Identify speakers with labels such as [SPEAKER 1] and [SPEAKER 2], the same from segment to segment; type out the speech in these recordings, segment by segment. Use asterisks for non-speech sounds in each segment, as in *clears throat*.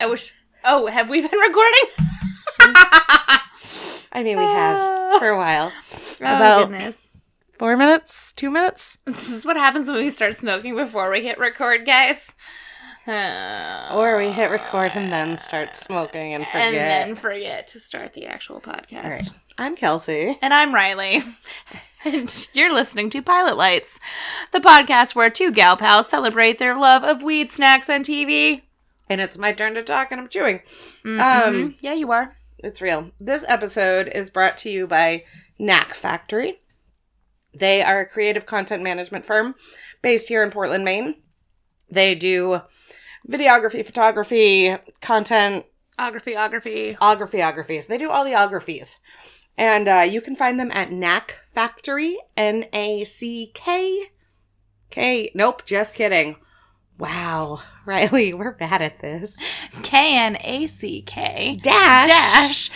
[SPEAKER 1] I wish. Oh, have we been *laughs* recording?
[SPEAKER 2] I mean, we have for a while.
[SPEAKER 1] oh,
[SPEAKER 2] About-
[SPEAKER 1] goodness.
[SPEAKER 2] Four minutes? Two minutes?
[SPEAKER 1] This is what happens when we start smoking before we hit record, guys. Uh,
[SPEAKER 2] Or we hit record and then start smoking and
[SPEAKER 1] and
[SPEAKER 2] forget.
[SPEAKER 1] then forget to start the actual podcast.
[SPEAKER 2] All right. I'm Kelsey.
[SPEAKER 1] And I'm Riley. *laughs* and you're listening to Pilot Lights, the podcast where two gal pals celebrate their love of weed, snacks, and TV.
[SPEAKER 2] And it's my turn to talk, and I'm chewing. Um,
[SPEAKER 1] Mhm. yeah, you are.
[SPEAKER 2] It's real. This episode is brought to you by Knack Factory. They are a creative content management firm based here in Portland, Maine. They do videography, photography, content,
[SPEAKER 1] Ography, ography.
[SPEAKER 2] ographyographies. They do all the ographies. And uh, you can find them at Knack Factory, N A C K K. Nope, just kidding. Wow, *laughs* Riley, we're bad at this.
[SPEAKER 1] K N A C K.
[SPEAKER 2] Dash.
[SPEAKER 1] dash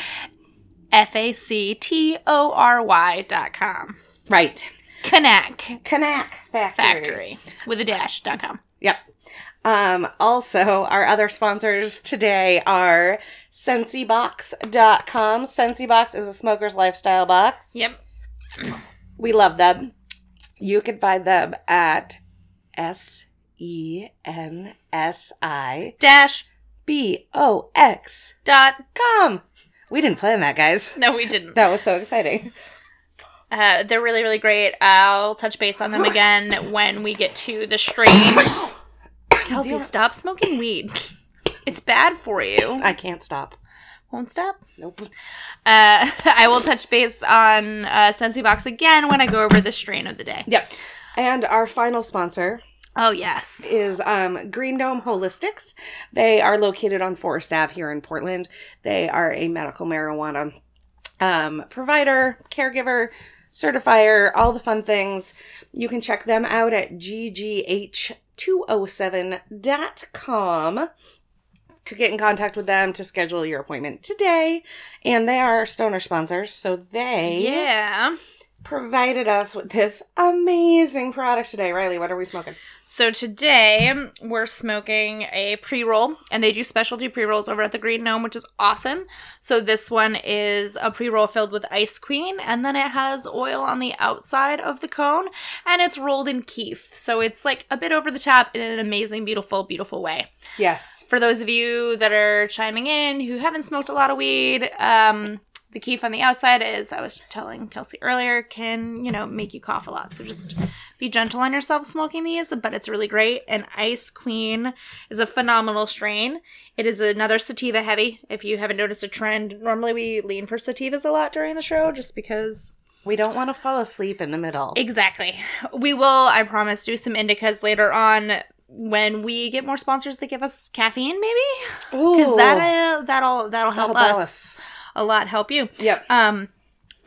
[SPEAKER 1] f a c t o r y dot com.
[SPEAKER 2] Right.
[SPEAKER 1] Kanak
[SPEAKER 2] Knack
[SPEAKER 1] Factory with a dash dot com.
[SPEAKER 2] Yep. Um, also, our other sponsors today are sensibox.com. Sensibox is a smoker's lifestyle box.
[SPEAKER 1] Yep.
[SPEAKER 2] We love them. You can find them at S E N S I
[SPEAKER 1] Dash
[SPEAKER 2] B O X
[SPEAKER 1] dot.
[SPEAKER 2] com. We didn't plan that, guys.
[SPEAKER 1] No, we didn't.
[SPEAKER 2] That was so exciting.
[SPEAKER 1] Uh, they're really, really great. I'll touch base on them again when we get to the strain. *coughs* Kelsey, stop smoking weed. It's bad for you.
[SPEAKER 2] I can't stop.
[SPEAKER 1] Won't stop. Uh,
[SPEAKER 2] Nope.
[SPEAKER 1] *laughs* I will touch base on uh, Sensi Box again when I go over the strain of the day.
[SPEAKER 2] Yep. And our final sponsor
[SPEAKER 1] Oh yes.
[SPEAKER 2] is um, Green Dome Holistics. They are located on Forest Ave here in Portland. They are a medical marijuana um, provider, caregiver, certifier, all the fun things. You can check them out at ggh207.com to get in contact with them to schedule your appointment today. And they are stoner sponsors, so they
[SPEAKER 1] Yeah.
[SPEAKER 2] provided us with this amazing product today. Riley, what are we smoking?
[SPEAKER 1] So today we're smoking a pre roll, and they do specialty pre rolls over at the Green Gnome, which is awesome. So this one is a pre roll filled with Ice Queen, and then it has oil on the outside of the cone, and it's rolled in keef. So it's like a bit over the top in an amazing, beautiful, beautiful way.
[SPEAKER 2] Yes.
[SPEAKER 1] For those of you that are chiming in who haven't smoked a lot of weed, um, the keef on the outside is, I was telling Kelsey earlier, can, you know, make you cough a lot. So just be gentle on yourself smoking these, but it's really great. And Ice Queen is a phenomenal strain. It is another sativa heavy. If you haven't noticed a trend, normally we lean for sativas a lot during the show just because
[SPEAKER 2] We don't want to fall asleep in the middle.
[SPEAKER 1] Exactly. We will, I promise, do some indicas later on when we get more sponsors that give us caffeine, maybe. Because that uh, that'll that'll help
[SPEAKER 2] That'll help
[SPEAKER 1] us a lot. Help you.
[SPEAKER 2] Yep.
[SPEAKER 1] Um.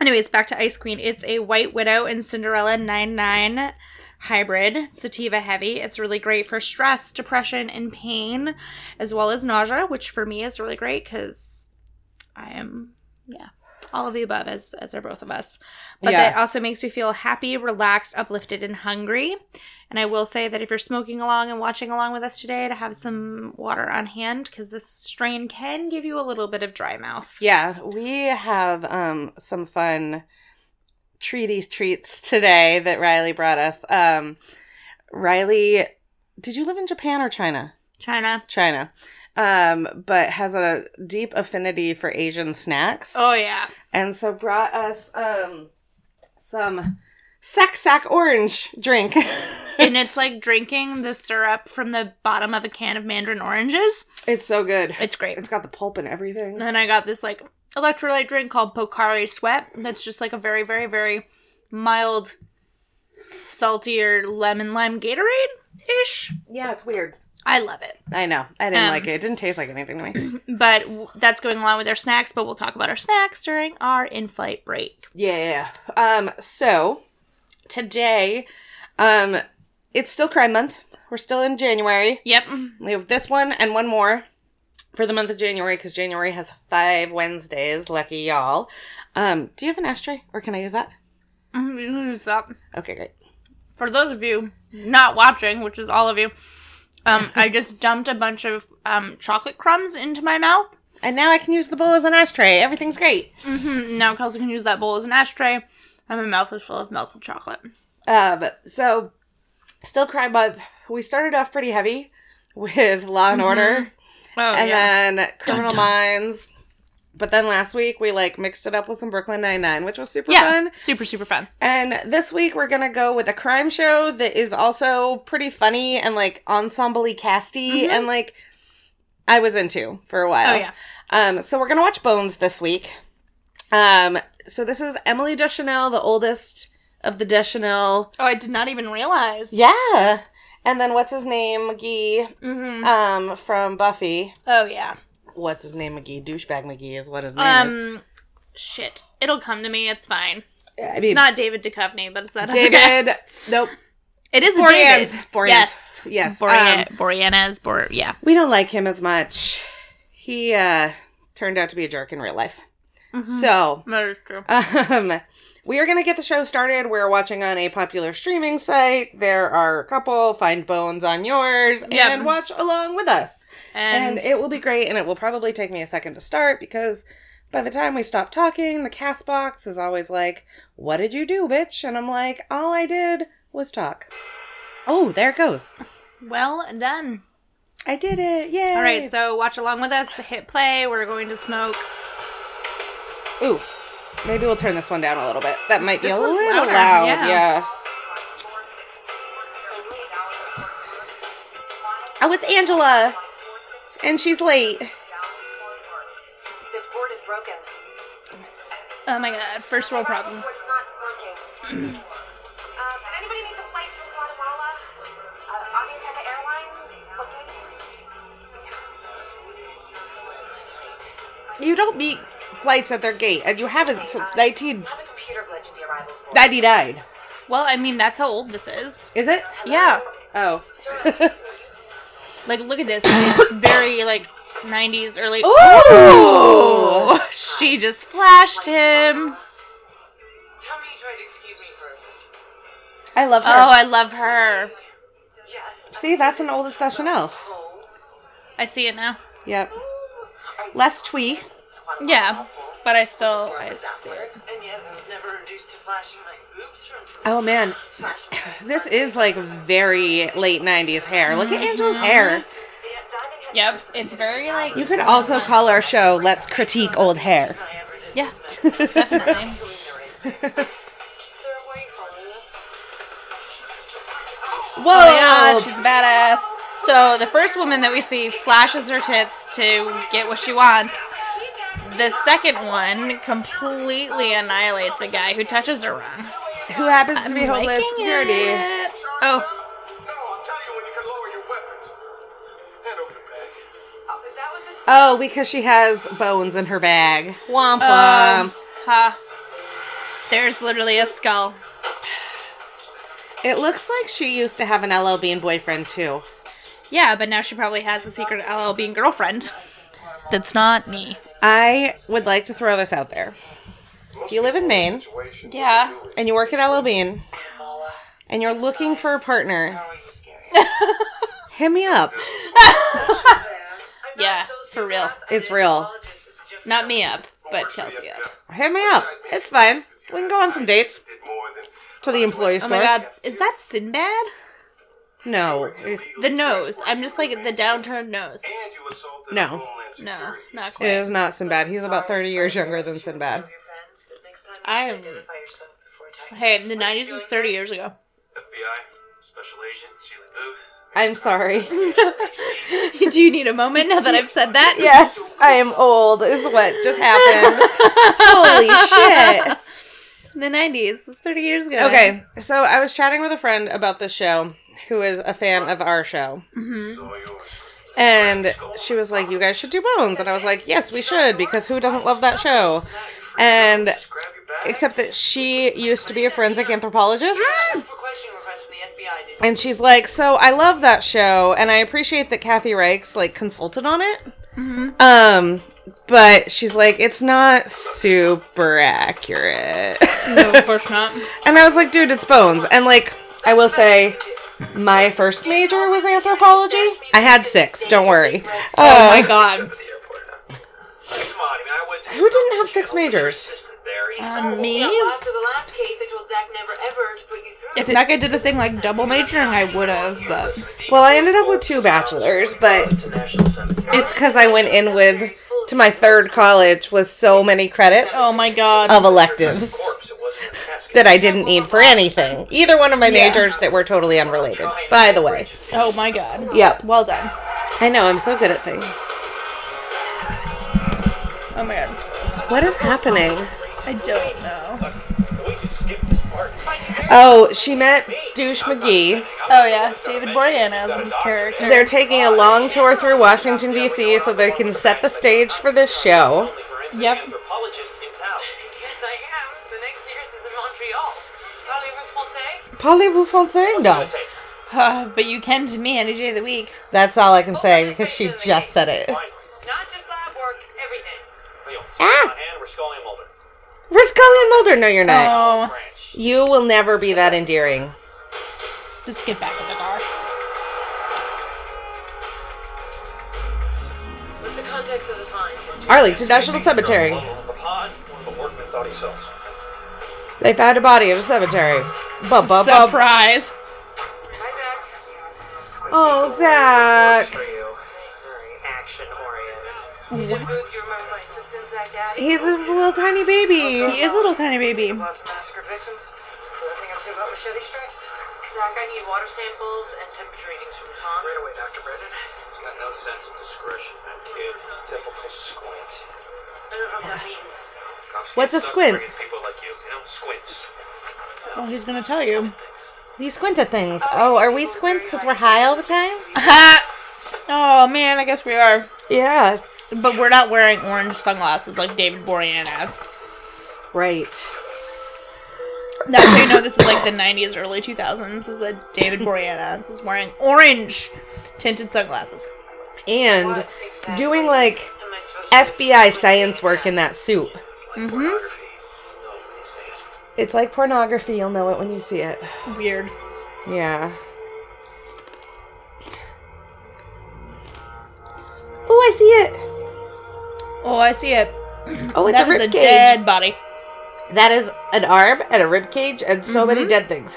[SPEAKER 1] Anyways, back to Ice Queen. It's a White Widow and Cinderella 99 hybrid, sativa heavy. It's really great for stress, depression, and pain, as well as nausea, which for me is really great because I am, yeah, all of the above, as, as are both of us. But
[SPEAKER 2] Yeah.
[SPEAKER 1] that also makes you feel happy, relaxed, uplifted, and hungry. And I will say that if you're smoking along and watching along with us today, to have some water on hand because this strain can give you a little bit of dry mouth.
[SPEAKER 2] yeah, we have um some fun treaties treats today that Riley brought us. Um Riley, did you live in Japan or China?
[SPEAKER 1] China.
[SPEAKER 2] China. Um, but has a deep affinity for Asian snacks.
[SPEAKER 1] Oh, yeah.
[SPEAKER 2] And so brought us um some sack sack orange drink. *laughs*
[SPEAKER 1] and it's like drinking the syrup from the bottom of a can of mandarin oranges.
[SPEAKER 2] it's so good.
[SPEAKER 1] It's great.
[SPEAKER 2] It's got the pulp and everything.
[SPEAKER 1] And then I got this like electrolyte drink called Pokari Sweat. That's just like a very, very, very mild, saltier lemon lime Gatorade ish.
[SPEAKER 2] Yeah, it's weird.
[SPEAKER 1] I love it.
[SPEAKER 2] I know. I didn't
[SPEAKER 1] Um,
[SPEAKER 2] like it. It didn't taste like anything to me.
[SPEAKER 1] But w- that's going along with our snacks, but we'll talk about our snacks during our in flight break.
[SPEAKER 2] Yeah. Um, so today, um, it's still crime month. We're still in January.
[SPEAKER 1] Yep. *laughs*
[SPEAKER 2] We have this one and one more for the month of January because January has five Wednesdays. Lucky y'all. Um, do you have an ashtray or can I use that?
[SPEAKER 1] Stop.
[SPEAKER 2] Okay, great.
[SPEAKER 1] for those of you not watching, which is all of you, um, I just dumped a bunch of um, chocolate crumbs into my mouth.
[SPEAKER 2] And now I can use the bowl as an ashtray. Everything's great.
[SPEAKER 1] Mm, Now Kelsey can use that bowl as an ashtray, and my mouth is full of melted chocolate.
[SPEAKER 2] Um, so still crime month. We started off pretty heavy with Law and Order
[SPEAKER 1] Oh
[SPEAKER 2] and
[SPEAKER 1] yeah,
[SPEAKER 2] then Criminal Minds. But then last week we like mixed it up with some Brooklyn Nine Nine, which was super
[SPEAKER 1] yeah,
[SPEAKER 2] fun.
[SPEAKER 1] super super fun.
[SPEAKER 2] Oh. And this week we're gonna go with a crime show that is also pretty funny and like ensemble-y casty and like I was into for a while.
[SPEAKER 1] Mm-hmm. Oh yeah,
[SPEAKER 2] Um, so we're gonna watch Bones this week. Um, so this is Emily Deschanel, the oldest of the Deschanel.
[SPEAKER 1] oh I did not even realize.
[SPEAKER 2] Yeah. And then what's his name, McGee,
[SPEAKER 1] hmm
[SPEAKER 2] um, from Buffy.
[SPEAKER 1] Oh yeah.
[SPEAKER 2] What's his name, McGee? Douchebag McGee is what his name is.
[SPEAKER 1] Um, shit, it'll come to me. It's fine.
[SPEAKER 2] I *laughs*
[SPEAKER 1] It's not David Duchovny, but it's that other guy.
[SPEAKER 2] David. nope.
[SPEAKER 1] It is a
[SPEAKER 2] Boreanaz.
[SPEAKER 1] David.
[SPEAKER 2] Boreanaz.
[SPEAKER 1] Yes,
[SPEAKER 2] Yes, Um,
[SPEAKER 1] Borean- Boreanaz. Bor yeah.
[SPEAKER 2] We don't like him as much. He uh, turned out to be a jerk in real life.
[SPEAKER 1] Mm-hmm.
[SPEAKER 2] So
[SPEAKER 1] That is true.
[SPEAKER 2] Um, we are going to get the show started. We're watching on a popular streaming site. There are a couple. Find Bones on yours
[SPEAKER 1] Yep.
[SPEAKER 2] and watch along with us. And,
[SPEAKER 1] And,
[SPEAKER 2] it will be great. And it will probably take me a second to start because by the time we stop talking, the cast box is always like, What did you do, bitch? And I'm like, All I did was talk. Oh, there it goes.
[SPEAKER 1] well done.
[SPEAKER 2] I did it. Yay.
[SPEAKER 1] All right, so watch along with us. Hit play. We're going to smoke.
[SPEAKER 2] Ooh. Maybe we'll turn this one down a little bit. That might be
[SPEAKER 1] This
[SPEAKER 2] a
[SPEAKER 1] one's
[SPEAKER 2] little
[SPEAKER 1] louder,
[SPEAKER 2] loud.
[SPEAKER 1] yeah.
[SPEAKER 2] yeah. Oh, it's Angela. And she's late.
[SPEAKER 3] This board is broken.
[SPEAKER 1] Oh my god, first world problems.
[SPEAKER 3] It's not *clears throat* working. um, Uh, did anybody make the flight from Guatemala? Uh, Avianca Airlines? What, please?
[SPEAKER 2] You don't meet flights at their gate, and you haven't since
[SPEAKER 3] I have a computer glitch at the arrivals board.
[SPEAKER 2] 1999.
[SPEAKER 1] Well, I mean, that's how old this is.
[SPEAKER 2] Is it?
[SPEAKER 1] Yeah,
[SPEAKER 2] Oh. *laughs*
[SPEAKER 1] like look at this.
[SPEAKER 2] *coughs*
[SPEAKER 1] It's very like 90s, early.
[SPEAKER 2] Ooh!
[SPEAKER 1] She just flashed him.
[SPEAKER 3] Tell me you tried to excuse me first.
[SPEAKER 2] I love
[SPEAKER 1] Oh,
[SPEAKER 2] her.
[SPEAKER 1] I love her.
[SPEAKER 3] Yes.
[SPEAKER 2] See, that's an oldest Chanel.
[SPEAKER 3] Oh,
[SPEAKER 1] I see it now.
[SPEAKER 2] Yep.
[SPEAKER 3] are you
[SPEAKER 2] Less twee.
[SPEAKER 1] Yeah, but I still I
[SPEAKER 3] that
[SPEAKER 1] see
[SPEAKER 3] word?
[SPEAKER 1] it.
[SPEAKER 3] And yet I was never reduced to flashing my boobs from
[SPEAKER 2] Oh, man.
[SPEAKER 3] *coughs* flashing my
[SPEAKER 2] This is like very late 90s hair. Look at Angela's hair.
[SPEAKER 1] Yep, it's very like
[SPEAKER 2] You could also call our show Let's Critique Old Hair. *laughs*
[SPEAKER 1] yeah, definitely.
[SPEAKER 3] Sir, why are you following us?
[SPEAKER 2] Whoa!
[SPEAKER 1] Oh my god, she's a badass. So the first woman that we see flashes her tits to get what she wants. The second one completely annihilates a guy who touches her wrong.
[SPEAKER 2] Who happens to be Homeland
[SPEAKER 1] Liking
[SPEAKER 2] Security?
[SPEAKER 1] it. Oh,
[SPEAKER 4] No, I'll tell you when you can lower your weapons. Hand over the bag.
[SPEAKER 3] Oh, is that what this is?
[SPEAKER 2] Oh, because she has bones in her bag. Womp womp.
[SPEAKER 1] um, ha. There's literally a skull.
[SPEAKER 2] it looks like she used to have an LL Bean boyfriend too.
[SPEAKER 1] Yeah, but now she probably has a secret LL Bean girlfriend. That's not me.
[SPEAKER 2] I would like to throw this out there. If you live in Maine
[SPEAKER 4] Situation.
[SPEAKER 1] Yeah.
[SPEAKER 2] and you work at LL Bean and you're looking for a partner,
[SPEAKER 3] Why are you scary?
[SPEAKER 2] *laughs* hit me up.
[SPEAKER 1] Yeah, for real.
[SPEAKER 2] It's real.
[SPEAKER 3] Apologist at the Jefferson
[SPEAKER 1] Not me up, but Kelsey up.
[SPEAKER 2] Hit me up. It's fine. We can go on some dates
[SPEAKER 4] Did more than
[SPEAKER 2] to the employee
[SPEAKER 1] Oh
[SPEAKER 2] store.
[SPEAKER 1] my god, is that Sinbad?
[SPEAKER 2] No. It's,
[SPEAKER 1] The nose. I'm just like the downturned nose.
[SPEAKER 4] and you assaulted
[SPEAKER 2] No.
[SPEAKER 4] Homeland
[SPEAKER 1] No,
[SPEAKER 4] Security.
[SPEAKER 1] not
[SPEAKER 2] it
[SPEAKER 1] quite.
[SPEAKER 2] is not Sinbad. He's about 30 years younger than Sinbad.
[SPEAKER 3] of your friends, but next time
[SPEAKER 1] I
[SPEAKER 3] you
[SPEAKER 1] am-
[SPEAKER 3] should identify yourself before attacking.
[SPEAKER 1] Hey, the 90s was 30 years ago. *laughs*
[SPEAKER 5] FBI, Special Agent Sheila Booth.
[SPEAKER 2] I'm sorry. *laughs*
[SPEAKER 6] Do you need a moment now that I've said *laughs* that?
[SPEAKER 2] yes, I am old, is what just happened.
[SPEAKER 1] *laughs*
[SPEAKER 2] Holy shit.
[SPEAKER 6] The 90s. It's 30 years ago.
[SPEAKER 2] Okay, so I was chatting with a friend about this show who is a fan of our show. And she was like, You guys should do Bones. And I was like, Yes, we should, because who doesn't love that show? And except that she used to be a forensic anthropolologist.
[SPEAKER 3] For question requests from the FBI, did
[SPEAKER 2] And she's like, So I love that show. And I appreciate that Kathy Reichs like consulted on it. Um, but she's like, It's not super accurate.
[SPEAKER 1] No, of course *laughs* not.
[SPEAKER 2] And I was like, dude, it's bones. And like, I will say, my first major was anthropology. I had six, don't worry.
[SPEAKER 1] Oh
[SPEAKER 2] Uh,
[SPEAKER 1] my god.
[SPEAKER 4] Come on, man. I went to
[SPEAKER 2] Who didn't have six majors?
[SPEAKER 4] assistant there. He's
[SPEAKER 6] Um, me?
[SPEAKER 3] After the last case, I told Zach never ever to put you through.
[SPEAKER 6] If Becca did a thing like double majoring, I would have, but
[SPEAKER 2] Well, I ended up with two bachelors, but
[SPEAKER 4] to National Cemetery.
[SPEAKER 2] it's because I went in with to my third college with so many credits
[SPEAKER 1] Oh my god.
[SPEAKER 2] of electives
[SPEAKER 4] Corpse, it wasn't a casket.
[SPEAKER 2] that I didn't need for anything. Either one of my
[SPEAKER 1] Yeah.
[SPEAKER 2] majors that were totally unrelated. By the way,
[SPEAKER 1] Oh my god.
[SPEAKER 2] yep.
[SPEAKER 6] well done.
[SPEAKER 2] I know I'm so good at things.
[SPEAKER 6] Oh my god.
[SPEAKER 2] What is happening?
[SPEAKER 6] I don't know.
[SPEAKER 4] We just skipped this part.
[SPEAKER 2] Oh, she met Douche McGee.
[SPEAKER 6] Oh yeah, David Boreanaz as his character.
[SPEAKER 2] They're taking a long tour through Washington, D.C. so they can set the stage for this show.
[SPEAKER 4] Only forensic
[SPEAKER 1] Yep.
[SPEAKER 4] anthropologist in town.
[SPEAKER 3] Yes, I am. The next nearest is in Montreal. Parlez-vous français?
[SPEAKER 2] Parlez-vous français? No.
[SPEAKER 4] Take
[SPEAKER 6] Uh, *laughs* but you can to me any day of the week.
[SPEAKER 2] That's all I can say because she just said it.
[SPEAKER 4] mine.
[SPEAKER 3] Not just lab work, everything.
[SPEAKER 4] Leo,
[SPEAKER 2] Uh, Ah!
[SPEAKER 4] ah. my hand. We're Scully and Mulder.
[SPEAKER 2] We're Scully and Mulder. No, you're not.
[SPEAKER 6] Oh,
[SPEAKER 4] Branch.
[SPEAKER 2] You will never be that endearing.
[SPEAKER 1] Just get back in the car.
[SPEAKER 3] What's the context of the find?
[SPEAKER 2] Arlington National Cemetery.
[SPEAKER 4] One over the pond. One of the workmen thought he saw something.
[SPEAKER 2] They found a body at a cemetery. Bub, bub, bub.
[SPEAKER 1] Surprise.
[SPEAKER 3] Hi, Zach.
[SPEAKER 2] Oh, Zach.
[SPEAKER 4] Trio. Very action oriented.
[SPEAKER 3] You did prove you remember my assistant, Zach Daddy.
[SPEAKER 2] He's this little tiny baby.
[SPEAKER 6] he is a little tiny baby.
[SPEAKER 3] Lots of massacre victims. Nothing I knew about machete strikes. Zach, I need water samples and temperature readings from the pond.
[SPEAKER 4] Right away, Dr. Brennan. He's got no sense of discretion, that kid. Typical squint.
[SPEAKER 3] I don't know what that means.
[SPEAKER 4] Cops
[SPEAKER 2] What's
[SPEAKER 4] get
[SPEAKER 2] a
[SPEAKER 4] stuck
[SPEAKER 2] squint?
[SPEAKER 4] bringing People like you, you know, squints.
[SPEAKER 1] Oh, he's gonna tell you. *laughs*
[SPEAKER 4] Things.
[SPEAKER 2] You squint at things. Oh, are we squints because we're high all the time?
[SPEAKER 1] Ha! Oh man, I guess we are.
[SPEAKER 2] Yeah.
[SPEAKER 1] But we're not wearing orange sunglasses like David Boreanaz.
[SPEAKER 2] Right.
[SPEAKER 1] That's how you know this is like the 90s, early 2000s. Is that David Boreanaz is wearing orange tinted sunglasses.
[SPEAKER 2] And doing like
[SPEAKER 3] Am I supposed to
[SPEAKER 2] FBI science work in that suit. Mm-hmm.
[SPEAKER 4] Nobody sees.
[SPEAKER 2] It's like pornography. You'll know it when you see it.
[SPEAKER 1] Weird.
[SPEAKER 2] Yeah. Oh, I see
[SPEAKER 1] Oh, I see it.
[SPEAKER 2] it. Oh, it's
[SPEAKER 1] That
[SPEAKER 2] a
[SPEAKER 1] is
[SPEAKER 2] rib
[SPEAKER 1] a
[SPEAKER 2] cage.
[SPEAKER 1] dead body.
[SPEAKER 2] That is an arm and a rib cage and so many
[SPEAKER 1] Mm-hmm.
[SPEAKER 2] dead things.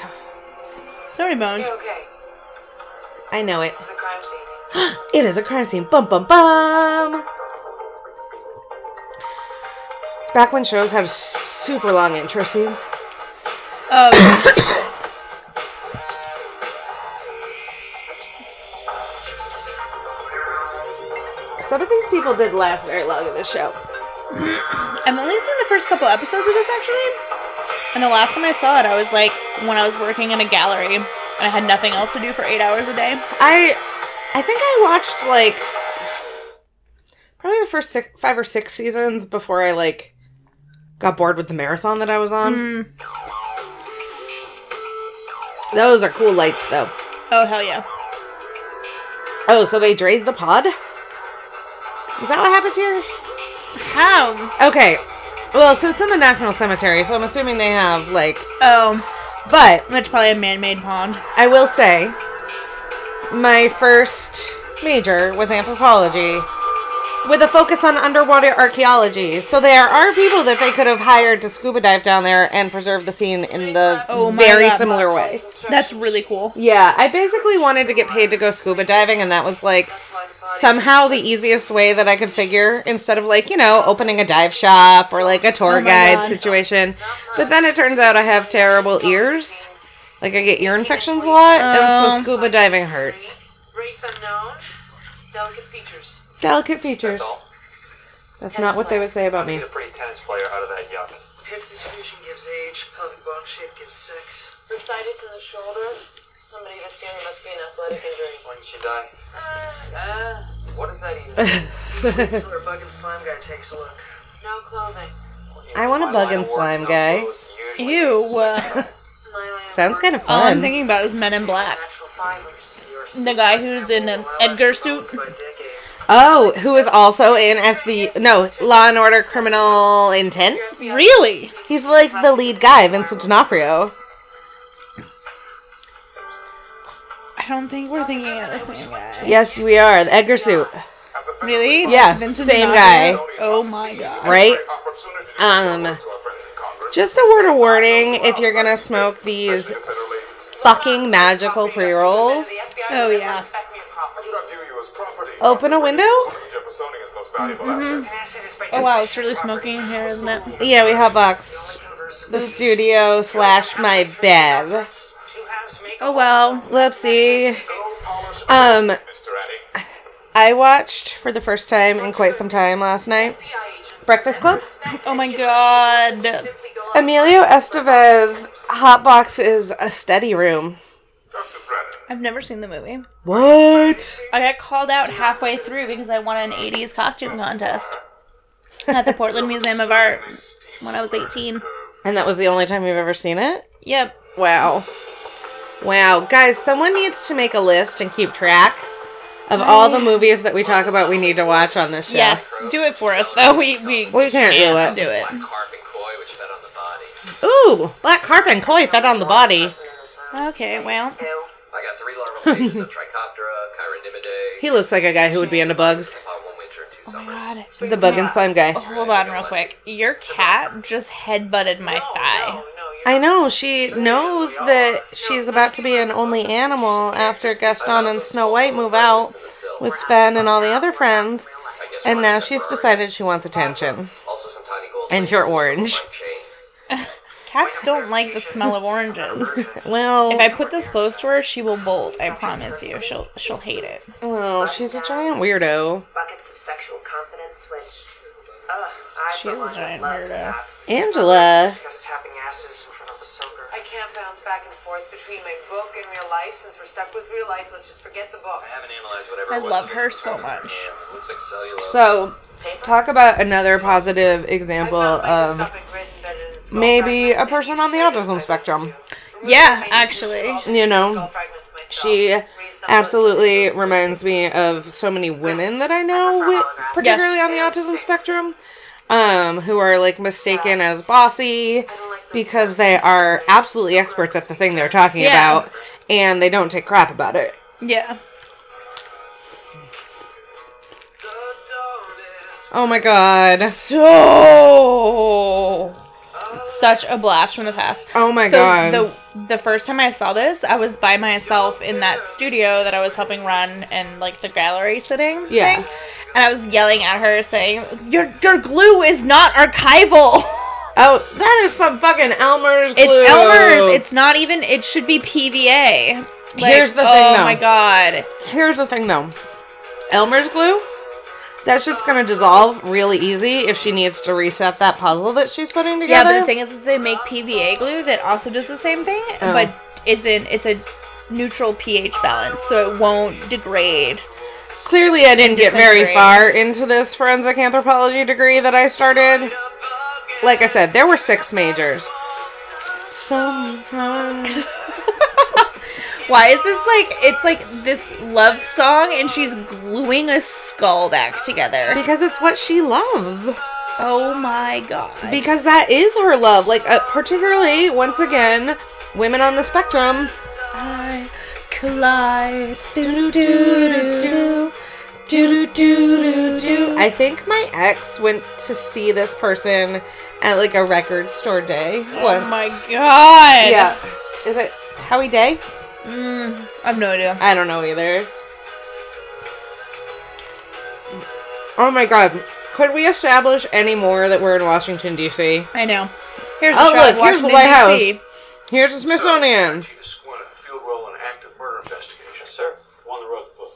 [SPEAKER 1] Sorry, Bones.
[SPEAKER 3] You okay?
[SPEAKER 2] I know it.
[SPEAKER 3] This is a crime scene.
[SPEAKER 2] It is a crime scene. Bum bum bum. Back when shows have super long intro scenes.
[SPEAKER 1] Oh, yeah.
[SPEAKER 2] Some of these people didn't last very long in this show.
[SPEAKER 1] I've only seen the first couple episodes of this actually. And the last time I saw it, I was like when I was working in a gallery and I had nothing else to do for eight hours a day.
[SPEAKER 2] I I think I watched like probably the first six, five or six seasons before I like got bored with the marathon that I was on. Those are cool lights though.
[SPEAKER 1] Oh, hell yeah.
[SPEAKER 2] Oh, so they drained the pod? Is that what happens here?
[SPEAKER 1] How?
[SPEAKER 2] Okay. Well, so it's in the National Cemetery, so I'm assuming they have like
[SPEAKER 1] Oh,
[SPEAKER 2] but
[SPEAKER 1] that's probably a man made pond.
[SPEAKER 2] I will say, my first major was anthropology with a focus on underwater archaeology. So there are people that they could have hired to scuba dive down there and preserve the scene in the
[SPEAKER 1] Oh my
[SPEAKER 2] very
[SPEAKER 1] God.
[SPEAKER 2] similar way.
[SPEAKER 1] That's really cool.
[SPEAKER 2] Yeah, I basically wanted to get paid to go scuba diving, and that was like somehow the easiest way that I could figure instead of like, you know, opening a dive shop or like a tour
[SPEAKER 1] Oh my
[SPEAKER 2] guide
[SPEAKER 1] God.
[SPEAKER 2] situation. But then it turns out I have terrible ears. Like I get ear infections a lot, and so
[SPEAKER 1] Oh.
[SPEAKER 2] scuba diving hurts.
[SPEAKER 3] Race unknown. Delicate features.
[SPEAKER 2] Delicate features.
[SPEAKER 4] That's all.
[SPEAKER 2] That's not what they would say about me.
[SPEAKER 4] Need a pretty tennis player out of that yuck.
[SPEAKER 3] Hips fusion gives age. Pelvic bone shape gives sex. Bursitis in the shoulder. Somebody this young must be an athletic injury.
[SPEAKER 4] When did she die?
[SPEAKER 3] Ah,
[SPEAKER 4] What is that even?
[SPEAKER 2] I
[SPEAKER 3] until her bug and slime guy takes a look. No clothing.
[SPEAKER 2] I want a
[SPEAKER 4] My
[SPEAKER 2] bug
[SPEAKER 4] line
[SPEAKER 2] and
[SPEAKER 4] of work
[SPEAKER 2] slime
[SPEAKER 4] now
[SPEAKER 2] guy.
[SPEAKER 4] goes
[SPEAKER 1] *laughs*
[SPEAKER 4] usually
[SPEAKER 1] Ew.
[SPEAKER 4] to
[SPEAKER 1] uh,
[SPEAKER 3] My
[SPEAKER 2] Sounds kind of
[SPEAKER 1] All I'm
[SPEAKER 2] fun.
[SPEAKER 1] thinking about is Men in Black.
[SPEAKER 3] Natural fibers.
[SPEAKER 1] The guy who's in an Edgar suit.
[SPEAKER 2] Oh, who is also in SV? No, Law and Order Criminal Intent.
[SPEAKER 1] Really?
[SPEAKER 2] He's like the lead guy, Vincent D'Onofrio.
[SPEAKER 1] I don't think we're thinking of the same guy.
[SPEAKER 2] Yes, we are the Edgar suit,
[SPEAKER 1] Really?
[SPEAKER 2] Yeah,
[SPEAKER 1] That's
[SPEAKER 2] same
[SPEAKER 1] D'Onofrio? Oh my god.
[SPEAKER 2] right? Um,
[SPEAKER 7] Um,
[SPEAKER 2] Just a word of warning: if you're gonna smoke these fucking magical pre-rolls,
[SPEAKER 1] Oh yeah.
[SPEAKER 2] open a window. Mm-hmm.
[SPEAKER 1] Oh wow, it's really smoky in here, isn't it?
[SPEAKER 2] Yeah, we hotboxed the studio slash my bed.
[SPEAKER 1] Oh well.
[SPEAKER 2] Whoopsie. Um, I watched for the first time in quite some time last night Breakfast Club.
[SPEAKER 1] Oh my god.
[SPEAKER 2] Emilio Estevez hotboxes a steady room.
[SPEAKER 1] I've never seen the movie.
[SPEAKER 2] What?
[SPEAKER 1] I got called out halfway through because I won an 80s costume contest at the Portland Museum of Art when I was 18.
[SPEAKER 2] And that was the only time you've ever seen it?
[SPEAKER 1] Yep.
[SPEAKER 2] Wow. Wow. Guys, someone needs to make a list and keep track of all the movies that we talk about we need to watch on this show.
[SPEAKER 1] Yes. Do it for us though. We we
[SPEAKER 2] We can't do it.
[SPEAKER 1] do it.
[SPEAKER 4] Carpet koi, which fed on the body.
[SPEAKER 2] Ooh, black carpet and koi fed on the body.
[SPEAKER 1] Okay, well.
[SPEAKER 4] I got three larval stages of Trichoptera, Chironimidae.
[SPEAKER 2] He looks like a guy who would be into bugs.
[SPEAKER 4] uh, one winter, two summers.
[SPEAKER 1] God.
[SPEAKER 2] The bug and slime guy.
[SPEAKER 1] Hold on real quick. Your cat just headbutted my thigh.
[SPEAKER 2] I know she knows that she's about to be an only animal after Gaston and Snow White move out with Sven and all the other friends,
[SPEAKER 4] I guess
[SPEAKER 2] and
[SPEAKER 4] we're
[SPEAKER 2] now
[SPEAKER 4] in
[SPEAKER 2] she's
[SPEAKER 4] February.
[SPEAKER 2] decided she wants attention.
[SPEAKER 4] Also, some tiny gold.
[SPEAKER 2] And you're
[SPEAKER 4] leaves,
[SPEAKER 2] orange.
[SPEAKER 4] like chain.
[SPEAKER 1] Cats don't like the smell of oranges. If I
[SPEAKER 2] Well,
[SPEAKER 1] put this close to her, she will bolt. I promise you. She'll she'll hate it.
[SPEAKER 2] well, she's a giant weirdo,
[SPEAKER 3] Buckets of sexual confidence, which, ugh, I
[SPEAKER 1] She
[SPEAKER 3] for
[SPEAKER 1] is a
[SPEAKER 3] one would
[SPEAKER 1] giant
[SPEAKER 3] love to
[SPEAKER 1] weirdo.
[SPEAKER 3] tap.
[SPEAKER 2] Angela.
[SPEAKER 3] Discuss tapping asses in front of a soaker. I can't bounce back and forth between my book and real life. Since we're stuck with real life, let's just forget the book.
[SPEAKER 4] I haven't analyzed whatever.
[SPEAKER 1] I
[SPEAKER 4] it was
[SPEAKER 1] love
[SPEAKER 4] that
[SPEAKER 1] her
[SPEAKER 4] makes
[SPEAKER 1] so
[SPEAKER 4] it
[SPEAKER 1] much.
[SPEAKER 4] Damn, it looks like cellulose.
[SPEAKER 2] So,
[SPEAKER 3] Paper.
[SPEAKER 2] talk about another positive
[SPEAKER 3] I
[SPEAKER 2] example
[SPEAKER 3] found
[SPEAKER 2] of
[SPEAKER 3] microscopic grit embedded in skull
[SPEAKER 2] maybe a
[SPEAKER 3] fragments and
[SPEAKER 2] person on the
[SPEAKER 3] integrated
[SPEAKER 2] autism
[SPEAKER 3] by
[SPEAKER 2] spectrum.
[SPEAKER 3] those two.
[SPEAKER 1] Yeah,
[SPEAKER 3] I used
[SPEAKER 1] actually.
[SPEAKER 3] skull-
[SPEAKER 2] You know,
[SPEAKER 3] skull fragments myself.
[SPEAKER 2] She
[SPEAKER 3] Reassembled
[SPEAKER 2] absolutely reminds me of so many women that I know, with, particularly on the autism spectrum, um, who are like mistaken as bossy because they are absolutely experts at the thing they're talking
[SPEAKER 1] Yeah.
[SPEAKER 2] about and they don't take crap about it.
[SPEAKER 1] Yeah.
[SPEAKER 2] Oh my god.
[SPEAKER 1] So such a blast from the past.
[SPEAKER 2] Oh my
[SPEAKER 1] so
[SPEAKER 2] god.
[SPEAKER 1] The the first time I saw this, I was by myself in that studio that I was helping run and like the gallery sitting.
[SPEAKER 2] Yeah.
[SPEAKER 1] thing. And I was yelling at her saying, Your your glue is not archival. *laughs*
[SPEAKER 2] oh, that is some fucking Elmer's glue.
[SPEAKER 1] it's Elmer's. It's not even it should be PVA. Like,
[SPEAKER 2] Here's the
[SPEAKER 1] oh
[SPEAKER 2] thing, though.
[SPEAKER 1] my god.
[SPEAKER 2] Here's the thing though. Elmer's glue? That shit's gonna dissolve really easy if she needs to reset that puzzle that she's putting
[SPEAKER 1] Yeah,
[SPEAKER 2] together. Oh.
[SPEAKER 1] but the thing is, is they make PVA glue that also does the same thing, but isn't it's a neutral pH balance, so it won't degrade.
[SPEAKER 2] Clearly, I didn't get very
[SPEAKER 1] Disintegrate.
[SPEAKER 2] far into this forensic anthropology degree that I started. Like I said, there were six majors. Sometimes.
[SPEAKER 1] Why is this like it's like this love song and she's gluing a skull back together?
[SPEAKER 2] *laughs* Because it's what she loves.
[SPEAKER 1] Oh my god.
[SPEAKER 2] Because that is her love. Like, uh, particularly, once again, women on the spectrum.
[SPEAKER 1] I collide.
[SPEAKER 2] I think my ex went to see this person at like a record store day once.
[SPEAKER 1] Oh my god.
[SPEAKER 2] Yeah. Is it Howie Day?
[SPEAKER 1] Mm, I've no idea.
[SPEAKER 2] I don't know either. Oh my god. Could we establish any more that we're in Washington, D.C.?
[SPEAKER 1] I know. Here's
[SPEAKER 2] Oh,
[SPEAKER 1] a shot of
[SPEAKER 2] look, here's the
[SPEAKER 1] Washington,
[SPEAKER 2] White House.
[SPEAKER 1] DC.
[SPEAKER 2] Here's the Smithsonian.
[SPEAKER 7] Chief of Squad, Field role in active murder investigation.
[SPEAKER 4] Yes, sir.
[SPEAKER 7] One the road book.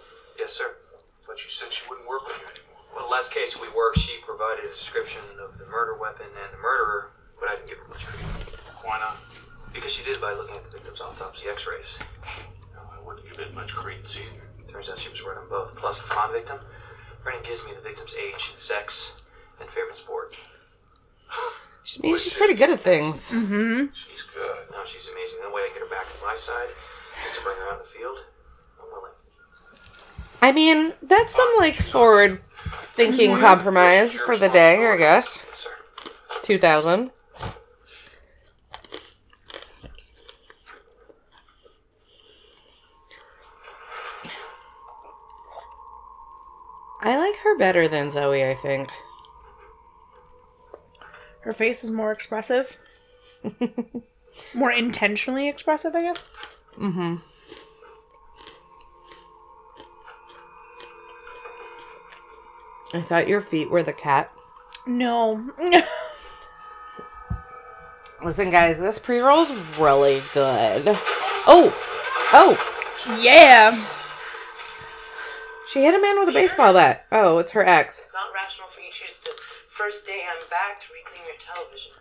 [SPEAKER 7] She said she wouldn't work with you anymore.
[SPEAKER 4] Well, last case we worked, she provided a description of the murder weapon and the murderer, but I didn't give her much credit.
[SPEAKER 7] Why not?
[SPEAKER 4] Because she did by looking at the victim's autopsy x rays.
[SPEAKER 7] No, I wouldn't give it much credence either.
[SPEAKER 4] Turns out she was right on both. Plus, the convict victim, Brennan gives me the victim's age, sex, and favorite sport.
[SPEAKER 2] I mean, she's pretty good at things.
[SPEAKER 4] She's good. No, she's amazing. The way I get her back to my side is to bring her out in the field. I'm willing.
[SPEAKER 2] I mean, that's some like forward thinking compromise for the day, I guess.
[SPEAKER 4] Yes, sir.
[SPEAKER 2] 2000. I like her better than Zoe, I think.
[SPEAKER 1] Her face is more expressive. more intentionally expressive, I guess.
[SPEAKER 2] I thought your feet were the cat.
[SPEAKER 1] No.
[SPEAKER 2] Listen, guys, this pre roll's really good. Oh! Oh!
[SPEAKER 1] yeah.
[SPEAKER 2] She hit a man with a baseball bat. Oh, it's her ex.
[SPEAKER 3] It's not rational for you to choose the first day I'm back to reclaim your television.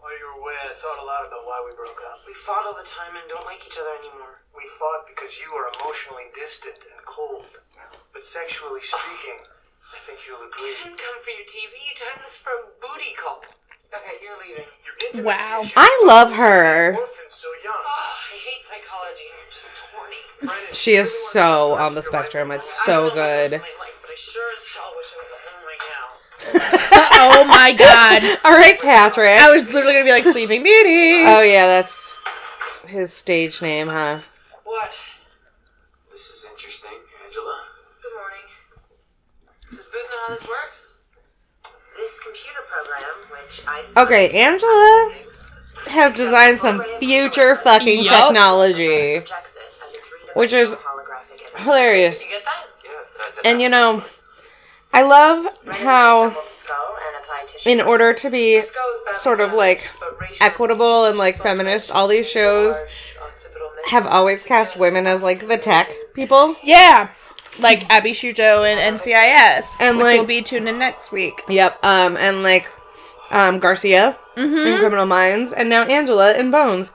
[SPEAKER 8] While you were away, I thought a lot about why we broke up.
[SPEAKER 3] We fought all the time and don't like each other anymore.
[SPEAKER 8] We fought because you were emotionally distant and cold. But sexually speaking, I think you'll
[SPEAKER 3] You
[SPEAKER 8] agree.
[SPEAKER 3] didn't come for your TV. You timed this for a booty call. Okay, you're leaving.
[SPEAKER 8] Your intimacy
[SPEAKER 1] Wow.
[SPEAKER 8] issues
[SPEAKER 2] I love her.
[SPEAKER 8] orphans so young.
[SPEAKER 3] Oh, I hate psychology. You're just horny.
[SPEAKER 2] *laughs*
[SPEAKER 8] Brennan,
[SPEAKER 2] She is
[SPEAKER 8] everyone
[SPEAKER 2] so
[SPEAKER 8] loves
[SPEAKER 2] on the
[SPEAKER 8] your life.
[SPEAKER 2] spectrum. It's
[SPEAKER 3] I don't know
[SPEAKER 2] so
[SPEAKER 3] what it is
[SPEAKER 2] good.
[SPEAKER 3] in My life, but I sure as hell wish I was at home right now.
[SPEAKER 1] Oh my
[SPEAKER 2] *laughs*
[SPEAKER 1] god.
[SPEAKER 2] All right, Patrick.
[SPEAKER 1] I was literally gonna be like Sleeping Beauty.
[SPEAKER 2] Oh yeah, that's his stage name, huh?
[SPEAKER 3] What?
[SPEAKER 4] This is interesting, Angela.
[SPEAKER 3] Good morning. Does Booth know how this works? This computer program, which I designed,
[SPEAKER 2] Okay, Angela has designed some future fucking
[SPEAKER 1] Yup.
[SPEAKER 2] technology,
[SPEAKER 3] projects it as a three-dimensional
[SPEAKER 2] Which is-
[SPEAKER 3] holographic image.
[SPEAKER 2] hilarious.
[SPEAKER 3] Did you get that?
[SPEAKER 4] Yeah, that, that,
[SPEAKER 2] And you know, I love how,
[SPEAKER 3] Assemble the skull and apply tissue.
[SPEAKER 2] in order to be sort of like
[SPEAKER 3] But racial-
[SPEAKER 2] equitable and like feminist, all these shows
[SPEAKER 3] harsh occipital men-
[SPEAKER 2] have always cast women as like the tech people.
[SPEAKER 1] Yeah. Like Abby Shujo and NCIS.
[SPEAKER 2] And,
[SPEAKER 1] And which
[SPEAKER 2] like-
[SPEAKER 1] will be tuned in next week.
[SPEAKER 2] Yep. Mm-hmm. Um, and like, um, Garcia in Criminal Minds, and now Angela in Bones.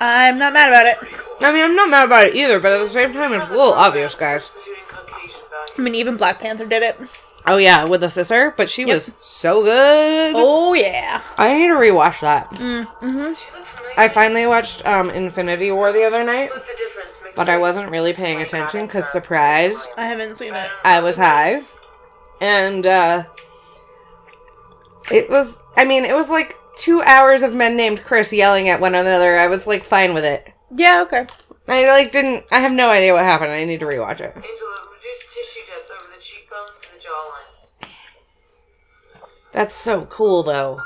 [SPEAKER 1] I'm not mad about it.
[SPEAKER 2] I mean, I'm not mad about it either, but at the same time, it's a little obvious, guys.
[SPEAKER 3] Substituting Caucasian
[SPEAKER 1] I
[SPEAKER 3] values.
[SPEAKER 1] mean even Black Panther did it.
[SPEAKER 2] Oh yeah, with a sister, but she was so good.
[SPEAKER 1] Oh yeah.
[SPEAKER 2] I need to rewatch that.
[SPEAKER 3] She looked familiar.
[SPEAKER 2] I finally watched um Infinity War the other night,
[SPEAKER 3] Look the difference. Makes
[SPEAKER 2] but I wasn't really paying attention because surprise,
[SPEAKER 1] I haven't seen it.
[SPEAKER 2] I was high, and uh it was. I mean, it was like two hours of men named Chris yelling at one another. I was like fine with it.
[SPEAKER 1] Yeah, okay.
[SPEAKER 2] I like didn't. I have no idea what happened. I need to rewatch it.
[SPEAKER 3] Angela, reduce tissue depth over the cheekbones to the jawline.
[SPEAKER 2] That's so cool, though.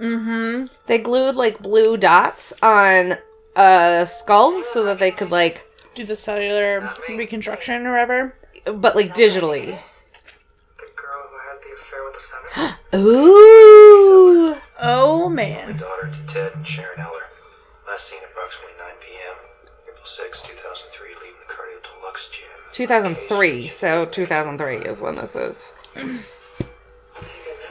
[SPEAKER 2] Mm-hmm. They glued like blue dots on a skull so that they could like,
[SPEAKER 1] Do the cellular reconstruction or whatever.
[SPEAKER 2] but like digitally.
[SPEAKER 8] The girl who had the affair with the
[SPEAKER 2] *gasps*
[SPEAKER 8] senator.
[SPEAKER 2] Ooh.
[SPEAKER 1] Oh man.
[SPEAKER 4] daughter to Ted and Sharon Eller. Last seen approximately 9 p.m. April 6, 2003, leaving the Cardio Deluxe gym.
[SPEAKER 2] 2003. So 2003 is when this is.
[SPEAKER 3] Good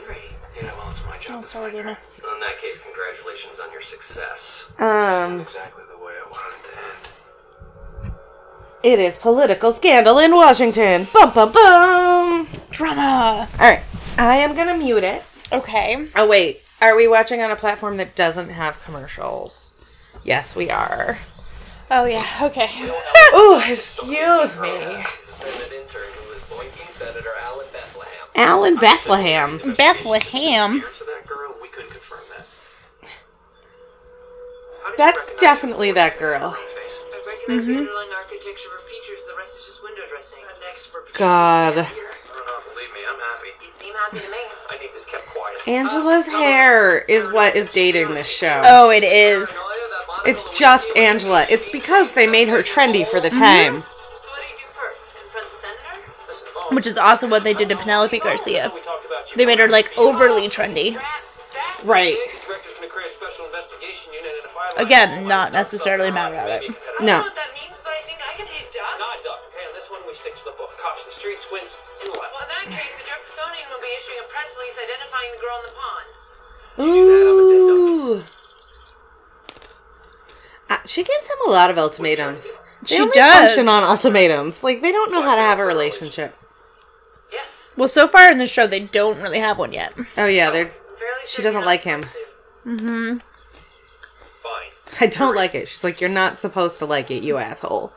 [SPEAKER 3] memory.
[SPEAKER 4] Yeah, well, it's my job. to
[SPEAKER 1] Sorry,
[SPEAKER 4] find her.
[SPEAKER 1] Luna.
[SPEAKER 4] Well, in that case, congratulations on your success.
[SPEAKER 2] Um,
[SPEAKER 4] Exactly the way I wanted to end.
[SPEAKER 2] it is political scandal in Washington. Bum bum bum.
[SPEAKER 1] Drama.
[SPEAKER 2] All right, I am gonna mute it.
[SPEAKER 1] Okay.
[SPEAKER 2] Oh wait, are we watching on a platform that doesn't have commercials? Yes, we are.
[SPEAKER 1] Oh yeah. Okay.
[SPEAKER 2] Oh, excuse me.
[SPEAKER 4] Uh, She's a Senate intern who was boinking Senator Alan Bethlehem.
[SPEAKER 2] Alan Bethlehem.
[SPEAKER 1] Bethlehem.
[SPEAKER 4] Here to that girl, we could confirm that.
[SPEAKER 2] That's Mm-hmm. definitely that girl.
[SPEAKER 4] Face.
[SPEAKER 3] I recognize the underlying architecture of features, the rest is just window dressing. An expert.
[SPEAKER 2] God.
[SPEAKER 4] I don't know, believe me, I'm happy.
[SPEAKER 3] You seem happy to me.
[SPEAKER 4] I need this kept quiet.
[SPEAKER 2] Angela's hair is what is dating this show.
[SPEAKER 1] Oh, it is.
[SPEAKER 2] It's just Angela. It's because they made her trendy for the time.
[SPEAKER 3] So what do you do first? Confront the senator?
[SPEAKER 4] Listen, oh,
[SPEAKER 1] Which is also what they did to Penelope Garcia.
[SPEAKER 4] we talked about you.
[SPEAKER 1] They made her like overly trendy.
[SPEAKER 2] Right.
[SPEAKER 4] The director's gonna create a special investigation unit and a fire
[SPEAKER 1] Again, not necessarily mad about it.
[SPEAKER 2] No.
[SPEAKER 3] I don't know what that means, but I think I can hit duck.
[SPEAKER 4] Not duck, okay? On this
[SPEAKER 9] one, we stick to the book. Caution the street, squints, and left.
[SPEAKER 3] Well, in that case, the Jeffersonian will be issuing a press release identifying the girl in the pond.
[SPEAKER 2] Ooh. Uh, she gives him a lot of ultimatums. They
[SPEAKER 1] She
[SPEAKER 2] only
[SPEAKER 1] does.
[SPEAKER 2] function on ultimatums. Like they don't know how to have a relationship.
[SPEAKER 3] Yes,
[SPEAKER 1] Well, so far in the show, they don't really have one yet.
[SPEAKER 2] Oh yeah, they're.
[SPEAKER 3] I'm fairly
[SPEAKER 2] She doesn't
[SPEAKER 3] certain you're
[SPEAKER 2] like
[SPEAKER 3] not
[SPEAKER 2] him.
[SPEAKER 3] supposed to.
[SPEAKER 4] Fine.
[SPEAKER 2] I don't like it. She's like, you're not supposed to like it, you asshole.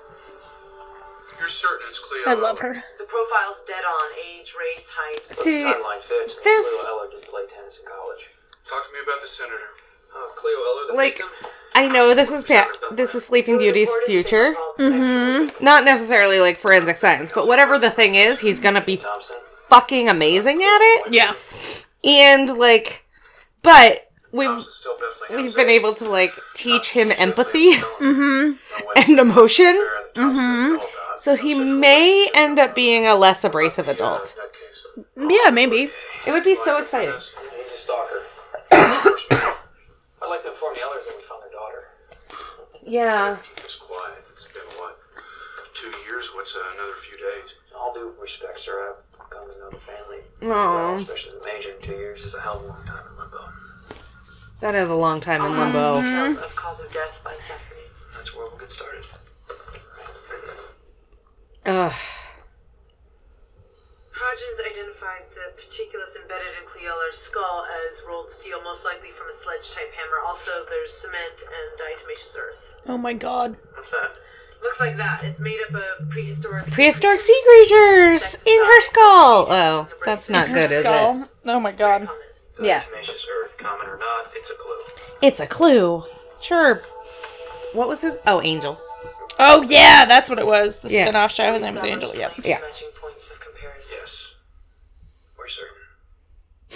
[SPEAKER 7] You're certain it's Cleo.
[SPEAKER 1] I love her.
[SPEAKER 3] The profile's dead on age, race, height.
[SPEAKER 2] See,
[SPEAKER 4] Timeline fits.
[SPEAKER 2] this-
[SPEAKER 4] Cleo Eller did play tennis in college.
[SPEAKER 7] Talk to me about the senator.
[SPEAKER 4] Oh, Cleo Eller, the
[SPEAKER 2] like,
[SPEAKER 4] victim?
[SPEAKER 2] I know this is pa- this is Sleeping Beauty's future. Not necessarily like forensic science, but whatever the thing is, he's gonna be
[SPEAKER 4] Thompson.
[SPEAKER 2] fucking amazing at it.
[SPEAKER 1] Yeah.
[SPEAKER 2] And like, but we've
[SPEAKER 7] Thompson's still definitely
[SPEAKER 2] we've
[SPEAKER 7] upset.
[SPEAKER 2] been able to like teach him empathy
[SPEAKER 7] Mm-hmm.
[SPEAKER 2] and emotion.
[SPEAKER 7] Mm-hmm.
[SPEAKER 2] So he may end up being a less abrasive adult.
[SPEAKER 1] Yeah, maybe.
[SPEAKER 2] It would be so exciting.
[SPEAKER 4] He's a
[SPEAKER 7] *coughs*
[SPEAKER 4] stalker. I'd like to inform the Ellers that we found their daughter.
[SPEAKER 2] Yeah.
[SPEAKER 7] Keep this quiet. It's been what? Two years? What's uh, another few days?
[SPEAKER 4] All due respect, sir. I've come to know the family.
[SPEAKER 2] Aw.
[SPEAKER 4] especially the major in two years is a hell of a long time in limbo.
[SPEAKER 2] That is a long time in limbo.
[SPEAKER 3] Of cause of death by suffering.
[SPEAKER 4] That's where we'll get started.
[SPEAKER 2] Ugh.
[SPEAKER 3] Hodgins identified the particulates embedded in Cleeler's skull as rolled steel, most likely from a sledge-type hammer. Also, there's cement and diatomaceous earth.
[SPEAKER 1] Oh my god.
[SPEAKER 4] What's that?
[SPEAKER 3] Looks like that. It's made up of prehistoric.
[SPEAKER 2] Prehistoric sea creatures in her skull. Oh, that's not good, is
[SPEAKER 1] Skull.
[SPEAKER 2] it?
[SPEAKER 1] Oh my god.
[SPEAKER 2] Yeah.
[SPEAKER 4] Tenacious earth, common or not, it's a clue.
[SPEAKER 2] It's a clue. Sure. What was his? Oh, Angel.
[SPEAKER 1] Oh yeah, that's what it was. The
[SPEAKER 2] Yeah.
[SPEAKER 1] spin-off show. His name was Angel. Yep.
[SPEAKER 2] Yeah.
[SPEAKER 3] Matching points of comparison.
[SPEAKER 4] Yes. We're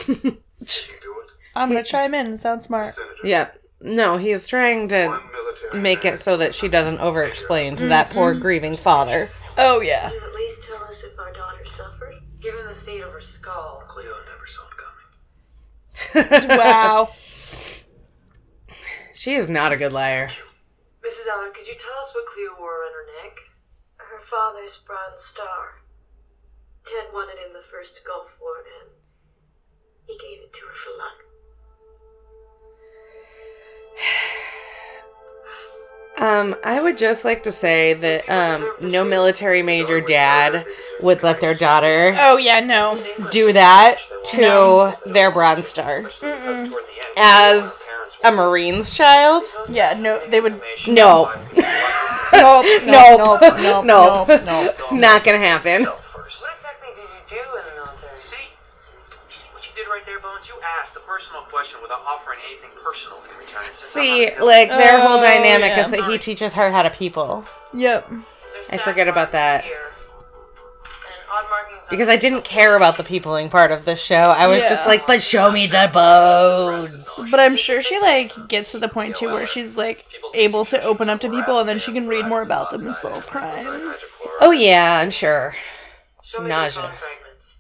[SPEAKER 4] certain.
[SPEAKER 2] *laughs*
[SPEAKER 7] You do it.
[SPEAKER 1] I'm gonna chime in. Sounds smart.
[SPEAKER 7] Senator.
[SPEAKER 2] Yeah. No, he is trying to
[SPEAKER 7] One military.
[SPEAKER 2] make it so that she doesn't over-explain to that poor grieving father.
[SPEAKER 1] Oh yeah.
[SPEAKER 10] At least tell us if our daughter suffered.
[SPEAKER 3] Given the state of her skull,
[SPEAKER 4] Cleo never saw it coming.
[SPEAKER 1] Wow.
[SPEAKER 2] She is not a good liar.
[SPEAKER 3] Mrs. Eller, could you tell us what Cleo wore on her neck?
[SPEAKER 10] Her father's Bronze Star. Ted wanted him the first Gulf War, and he gave it to her for luck.
[SPEAKER 2] Um, I would just like to say that um, no military major dad would let their daughter
[SPEAKER 1] *laughs* Oh yeah. No.
[SPEAKER 2] do that to their Bronze Star
[SPEAKER 4] Especially because toward the end,
[SPEAKER 2] as
[SPEAKER 4] her parents
[SPEAKER 2] a Marine's child.
[SPEAKER 1] Yeah. No. They would.
[SPEAKER 4] information.
[SPEAKER 2] No,
[SPEAKER 1] Nope.
[SPEAKER 2] *laughs* *laughs* Nope.
[SPEAKER 1] Nope.
[SPEAKER 2] No.
[SPEAKER 1] Nope. Nope.
[SPEAKER 2] not gonna happen.
[SPEAKER 4] First.
[SPEAKER 3] What exactly did you do in the military?
[SPEAKER 9] See? See what you did right there, Bones? You asked a personal question without offering anything personal in return. It says
[SPEAKER 2] See,
[SPEAKER 9] I'm not
[SPEAKER 2] like their whole
[SPEAKER 1] Oh,
[SPEAKER 2] dynamic
[SPEAKER 1] yeah.
[SPEAKER 2] is that he teaches her how to people.
[SPEAKER 1] Yep.
[SPEAKER 3] There's
[SPEAKER 2] I
[SPEAKER 3] staff
[SPEAKER 2] forget about
[SPEAKER 3] markings
[SPEAKER 2] that.
[SPEAKER 3] here, and odd markings on
[SPEAKER 2] Because I didn't care about the peopling part of this show. I was just
[SPEAKER 1] Yeah.
[SPEAKER 2] like, but show me the bones.
[SPEAKER 1] But I'm sure she like gets to the point too where she's like able to open up to people and then she can read more about them and solve crimes.
[SPEAKER 2] Oh yeah, I'm sure.
[SPEAKER 3] Show me
[SPEAKER 2] Nausea.
[SPEAKER 3] these bone fragments.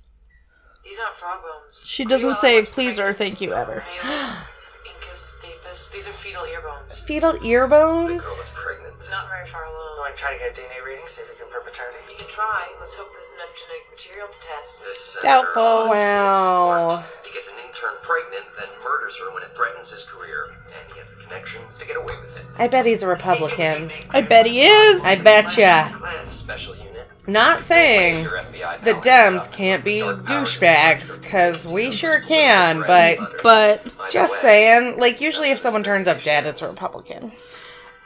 [SPEAKER 3] These aren't frog bones.
[SPEAKER 1] She doesn't say please or thank you ever. *gasps*
[SPEAKER 3] Malus, Incus, Stapes. These are fetal ear bones.
[SPEAKER 2] Fetal ear bones.
[SPEAKER 4] Girl was pregnant.
[SPEAKER 3] Not very far
[SPEAKER 8] You
[SPEAKER 3] along.
[SPEAKER 8] want to try to get a DNA reading, see if you can perpetrate it?
[SPEAKER 3] You can try. Let's hope there's enough genetic material to test.
[SPEAKER 4] This senator
[SPEAKER 1] Doubtful.
[SPEAKER 8] uh,
[SPEAKER 4] on this
[SPEAKER 2] Wow.
[SPEAKER 4] worked. He gets an intern pregnant, then murders her when it threatens his career, and he has the connections to get away with it.
[SPEAKER 2] I bet he's a Republican.
[SPEAKER 1] I bet he is.
[SPEAKER 2] I betcha.
[SPEAKER 4] Cliff, special unit.
[SPEAKER 2] Not saying
[SPEAKER 4] Your FBI
[SPEAKER 2] Ah. the
[SPEAKER 4] talent
[SPEAKER 2] Dems
[SPEAKER 4] stuff.
[SPEAKER 2] can't be
[SPEAKER 4] Dark powers and
[SPEAKER 2] douchebags,
[SPEAKER 4] structure.
[SPEAKER 2] because we sure can, but
[SPEAKER 1] but
[SPEAKER 4] By the
[SPEAKER 2] just
[SPEAKER 4] way,
[SPEAKER 2] saying, like, usually if someone turns up dead, it's a Republican.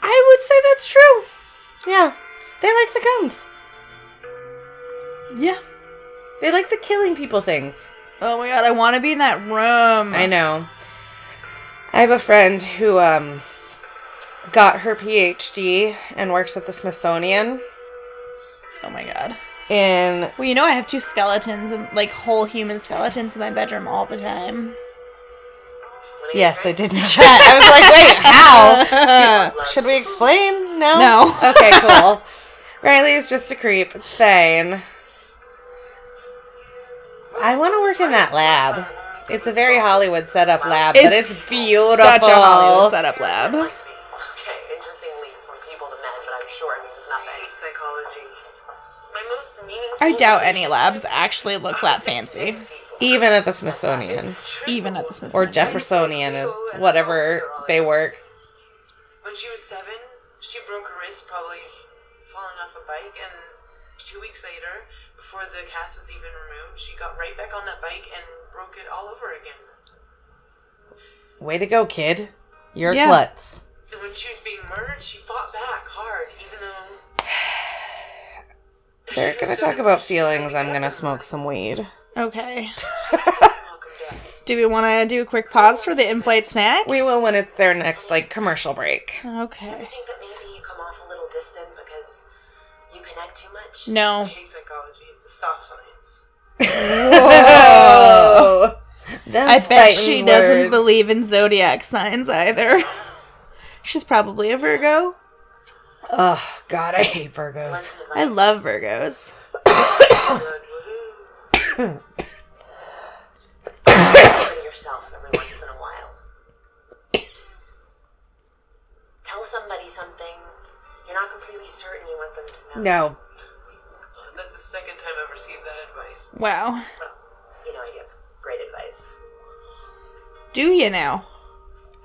[SPEAKER 1] I would say that's true.
[SPEAKER 2] Yeah, they like the guns.
[SPEAKER 1] Yeah.
[SPEAKER 2] They like the killing people things.
[SPEAKER 1] Oh my god, I want to be in that room.
[SPEAKER 2] I know. I have a friend who um got her PhD and works at the Smithsonian
[SPEAKER 1] Oh my god.
[SPEAKER 2] in
[SPEAKER 1] Well, you know I have two skeletons and like whole human skeletons in my bedroom all the time.
[SPEAKER 2] Yes, I did
[SPEAKER 1] *laughs*
[SPEAKER 2] know
[SPEAKER 4] *laughs*
[SPEAKER 2] that. I was like, wait, *laughs* how? Do- should we explain? No.
[SPEAKER 1] No.
[SPEAKER 2] *laughs*
[SPEAKER 1] *laughs*
[SPEAKER 2] okay, cool. Riley is just a creep. It's fine. I want to work in that lab. It's a very Hollywood setup lab, but it's beautiful.
[SPEAKER 1] Such a Hollywood setup lab.
[SPEAKER 3] Okay, interesting lead from people to men, but I'm sure it means nothing. I hate psychology. My
[SPEAKER 10] most meaningful.
[SPEAKER 1] I doubt any labs actually look that fancy,
[SPEAKER 2] Even at the Smithsonian
[SPEAKER 1] even at the Smithsonian.
[SPEAKER 2] or Jeffersonian, and whatever they work.
[SPEAKER 3] When she was seven, she broke her wrist, probably falling off a bike, and two weeks later, before the cast was even removed, she got right back on that bike and broke it all over again.
[SPEAKER 2] Way to go, kid. You're
[SPEAKER 1] Yeah.
[SPEAKER 2] klutz.
[SPEAKER 3] And when she was being murdered, she fought back hard, even though
[SPEAKER 2] They're gonna talk about feelings. I'm gonna smoke some weed.
[SPEAKER 1] Okay. *laughs* do we want to do a quick pause for the in-flight snack?
[SPEAKER 2] We will when it's their next like commercial break.
[SPEAKER 1] Okay.
[SPEAKER 10] think that maybe you come off a little distant because you connect too much.
[SPEAKER 1] No.
[SPEAKER 3] I hate psychology. It's a soft science.
[SPEAKER 2] *laughs* Oh,
[SPEAKER 1] I bet she doesn't believe in zodiac signs either. *laughs* She's probably a Virgo.
[SPEAKER 2] Oh God, I hate Virgos.
[SPEAKER 1] I love Virgos.
[SPEAKER 3] Good. Woohoo.
[SPEAKER 10] Cover yourself every once in a while. Just tell somebody something you're not completely certain you want them to know.
[SPEAKER 2] No,
[SPEAKER 3] That's the second time I've received that advice.
[SPEAKER 1] Wow.
[SPEAKER 10] You know, you have great advice.
[SPEAKER 1] Do you now?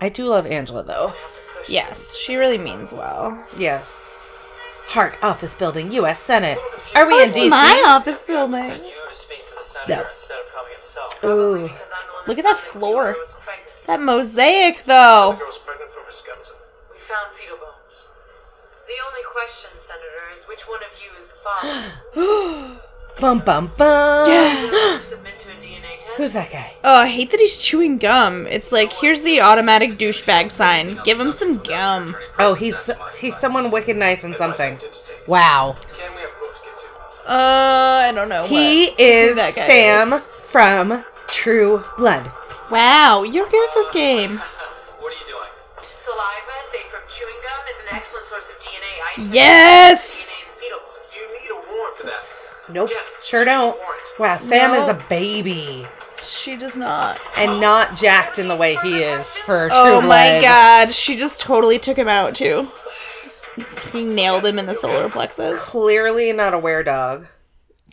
[SPEAKER 2] I do love Angela though.
[SPEAKER 1] Yes, she really means well.
[SPEAKER 2] Yes. Hart Office Building, U.S. Senate. Are we in D.C.?
[SPEAKER 1] office building.
[SPEAKER 8] You to speak to the
[SPEAKER 2] No.
[SPEAKER 8] senator
[SPEAKER 2] Oh.
[SPEAKER 8] instead of coming himself.
[SPEAKER 2] Ooh,
[SPEAKER 3] Because I'm the one
[SPEAKER 1] Look at
[SPEAKER 3] found
[SPEAKER 1] that
[SPEAKER 3] the
[SPEAKER 1] floor.
[SPEAKER 3] girl who was pregnant.
[SPEAKER 1] That mosaic, though.
[SPEAKER 8] Girl's pregnant from her skeleton.
[SPEAKER 3] We found fetal bones. The only question, Senator, is which one of you is the father?
[SPEAKER 1] *gasps*
[SPEAKER 2] bum bum bum.
[SPEAKER 3] Please submit to a DNA test.
[SPEAKER 2] Who's that guy?
[SPEAKER 1] Oh, I hate that he's chewing gum. It's like, here's the automatic douchebag sign. Give him some gum.
[SPEAKER 2] Oh, he's he's someone wicked nice and something. Wow.
[SPEAKER 8] Can we have a rope to get to?
[SPEAKER 1] Uh, I don't know.
[SPEAKER 2] He is
[SPEAKER 1] that guy
[SPEAKER 2] Sam from True Blood.
[SPEAKER 1] what- Wow, you're good at this game.
[SPEAKER 8] What are you doing?
[SPEAKER 3] Saliva, safe from chewing gum, is an excellent source of DNA. I took
[SPEAKER 1] Yes.
[SPEAKER 3] DNA in fetal bones.
[SPEAKER 8] You need a warrant for that.
[SPEAKER 2] Nope, sure don't. Wow, Sam is a baby
[SPEAKER 1] She does not.
[SPEAKER 2] and not jacked in the way he is for True
[SPEAKER 1] Oh
[SPEAKER 2] Blood.
[SPEAKER 1] my god, she just totally took him out too. He nailed him in the solar plexus.
[SPEAKER 2] Clearly not a were dog.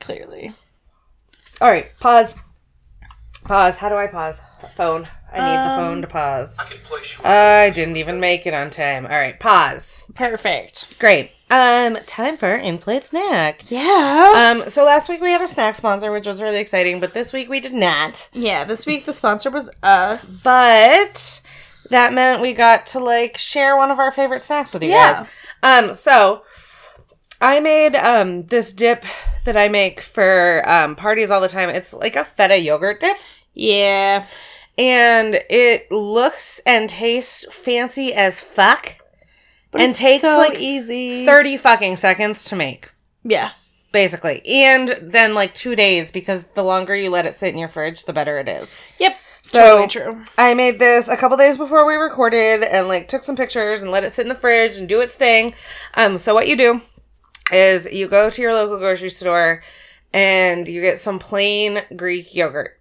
[SPEAKER 1] Clearly.
[SPEAKER 2] All right, pause. Pause. How do I pause? Phone. I need the phone to pause.
[SPEAKER 8] I can place you.
[SPEAKER 2] I didn't even make it on time. All right, pause.
[SPEAKER 1] Perfect.
[SPEAKER 2] Great. Um, time for in-plate snack.
[SPEAKER 1] Yeah.
[SPEAKER 2] Um, so last week we had a snack sponsor, which was really exciting, but this week we did not.
[SPEAKER 1] Yeah, this week the sponsor was us.
[SPEAKER 2] But that meant we got to like share one of our favorite snacks with you
[SPEAKER 1] Yeah.
[SPEAKER 2] guys. Um, so I made um this dip that I make for um parties all the time. It's like a feta yogurt dip.
[SPEAKER 1] Yeah.
[SPEAKER 2] and it looks and tastes fancy as fuck
[SPEAKER 1] But
[SPEAKER 2] and
[SPEAKER 1] it's
[SPEAKER 2] takes
[SPEAKER 1] so
[SPEAKER 2] like
[SPEAKER 1] easy.
[SPEAKER 2] 30 fucking seconds to make
[SPEAKER 1] Yeah.
[SPEAKER 2] basically and then like two days because the longer you let it sit in your fridge the better it is
[SPEAKER 1] Yep. Totally
[SPEAKER 2] so
[SPEAKER 1] true.
[SPEAKER 2] i made this a couple days before we recorded and like took some pictures and let it sit in the fridge and do its thing um so what you do is you go to your local grocery store and you get some plain greek yogurt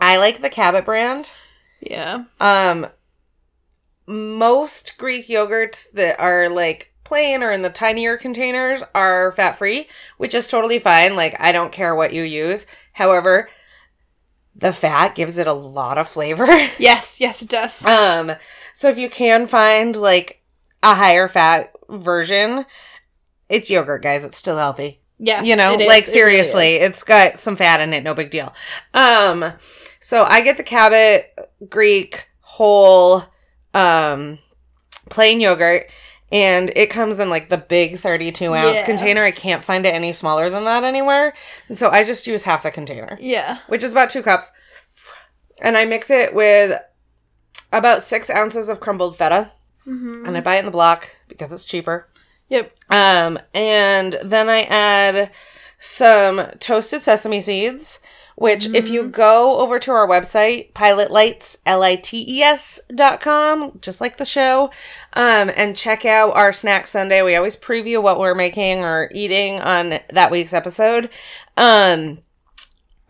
[SPEAKER 2] i like the cabot brand
[SPEAKER 1] Yeah.
[SPEAKER 2] Um, most Greek yogurts that are like plain or in the tinier containers are fat free, which is totally fine. Like, I don't care what you use. However, the fat gives it a lot of flavor. *laughs*
[SPEAKER 1] Yes, yes, it does.
[SPEAKER 2] um, so if you can find like a higher fat version, it's yogurt, guys. It's still healthy
[SPEAKER 1] yes.
[SPEAKER 2] you know
[SPEAKER 1] it is.
[SPEAKER 2] like
[SPEAKER 1] It really
[SPEAKER 2] seriously
[SPEAKER 1] is.
[SPEAKER 2] it's got some fat in it no big deal um so i get the cabot greek whole um plain yogurt and it comes in like the big 32 ounce
[SPEAKER 1] Yeah.
[SPEAKER 2] container i can't find it any smaller than that anywhere so i just use half the container
[SPEAKER 1] Yeah.
[SPEAKER 2] which is about two cups and i mix it with about six ounces of crumbled feta
[SPEAKER 1] Mm-hmm.
[SPEAKER 2] and i buy it in the block because it's cheaper
[SPEAKER 1] Yep.
[SPEAKER 2] um, and then I add some toasted sesame seeds, which if you go over to our website, pilotlights, L-I-T-E-S E dot com, just like the show, um, and check out our snack Sunday. We always preview what we're making or eating on that week's episode. Um,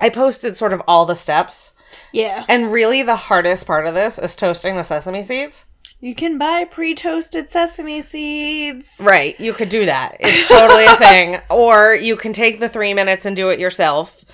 [SPEAKER 2] I posted sort of all the steps.
[SPEAKER 1] Yeah.
[SPEAKER 2] And really the hardest part of this is toasting the sesame seeds.
[SPEAKER 6] You can buy pre-toasted sesame seeds.
[SPEAKER 2] Right, you could do that. It's totally a thing. Or you can take the three minutes and do it yourself.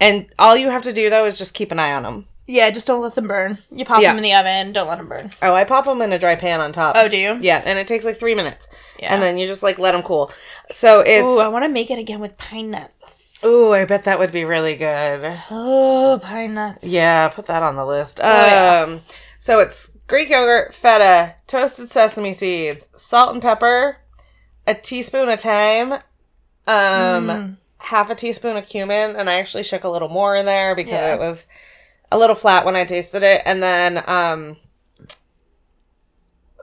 [SPEAKER 2] And all you have to do though is just keep an eye on them.
[SPEAKER 1] Yeah, just don't let them burn. You pop
[SPEAKER 2] Yeah.
[SPEAKER 1] them in the oven. Don't let them burn.
[SPEAKER 2] Oh, I pop them in a dry pan on top.
[SPEAKER 1] Oh, do you?
[SPEAKER 2] Yeah, and it takes like three minutes.
[SPEAKER 1] Yeah.
[SPEAKER 2] And then you just like let them cool. So it's
[SPEAKER 1] Ooh, I want to make it again with pine nuts.
[SPEAKER 2] ooh, I bet that would be really good.
[SPEAKER 1] Oh, pine nuts.
[SPEAKER 2] Yeah, put that on the list. Um,
[SPEAKER 1] Oh, yeah.
[SPEAKER 2] so it's Greek yogurt, feta, toasted sesame seeds, salt and pepper, a teaspoon of thyme, um,
[SPEAKER 1] Mm.
[SPEAKER 2] half a teaspoon of cumin, and I actually shook a little more in there because
[SPEAKER 1] Yeah.
[SPEAKER 2] it was a little flat when I tasted it, and then um,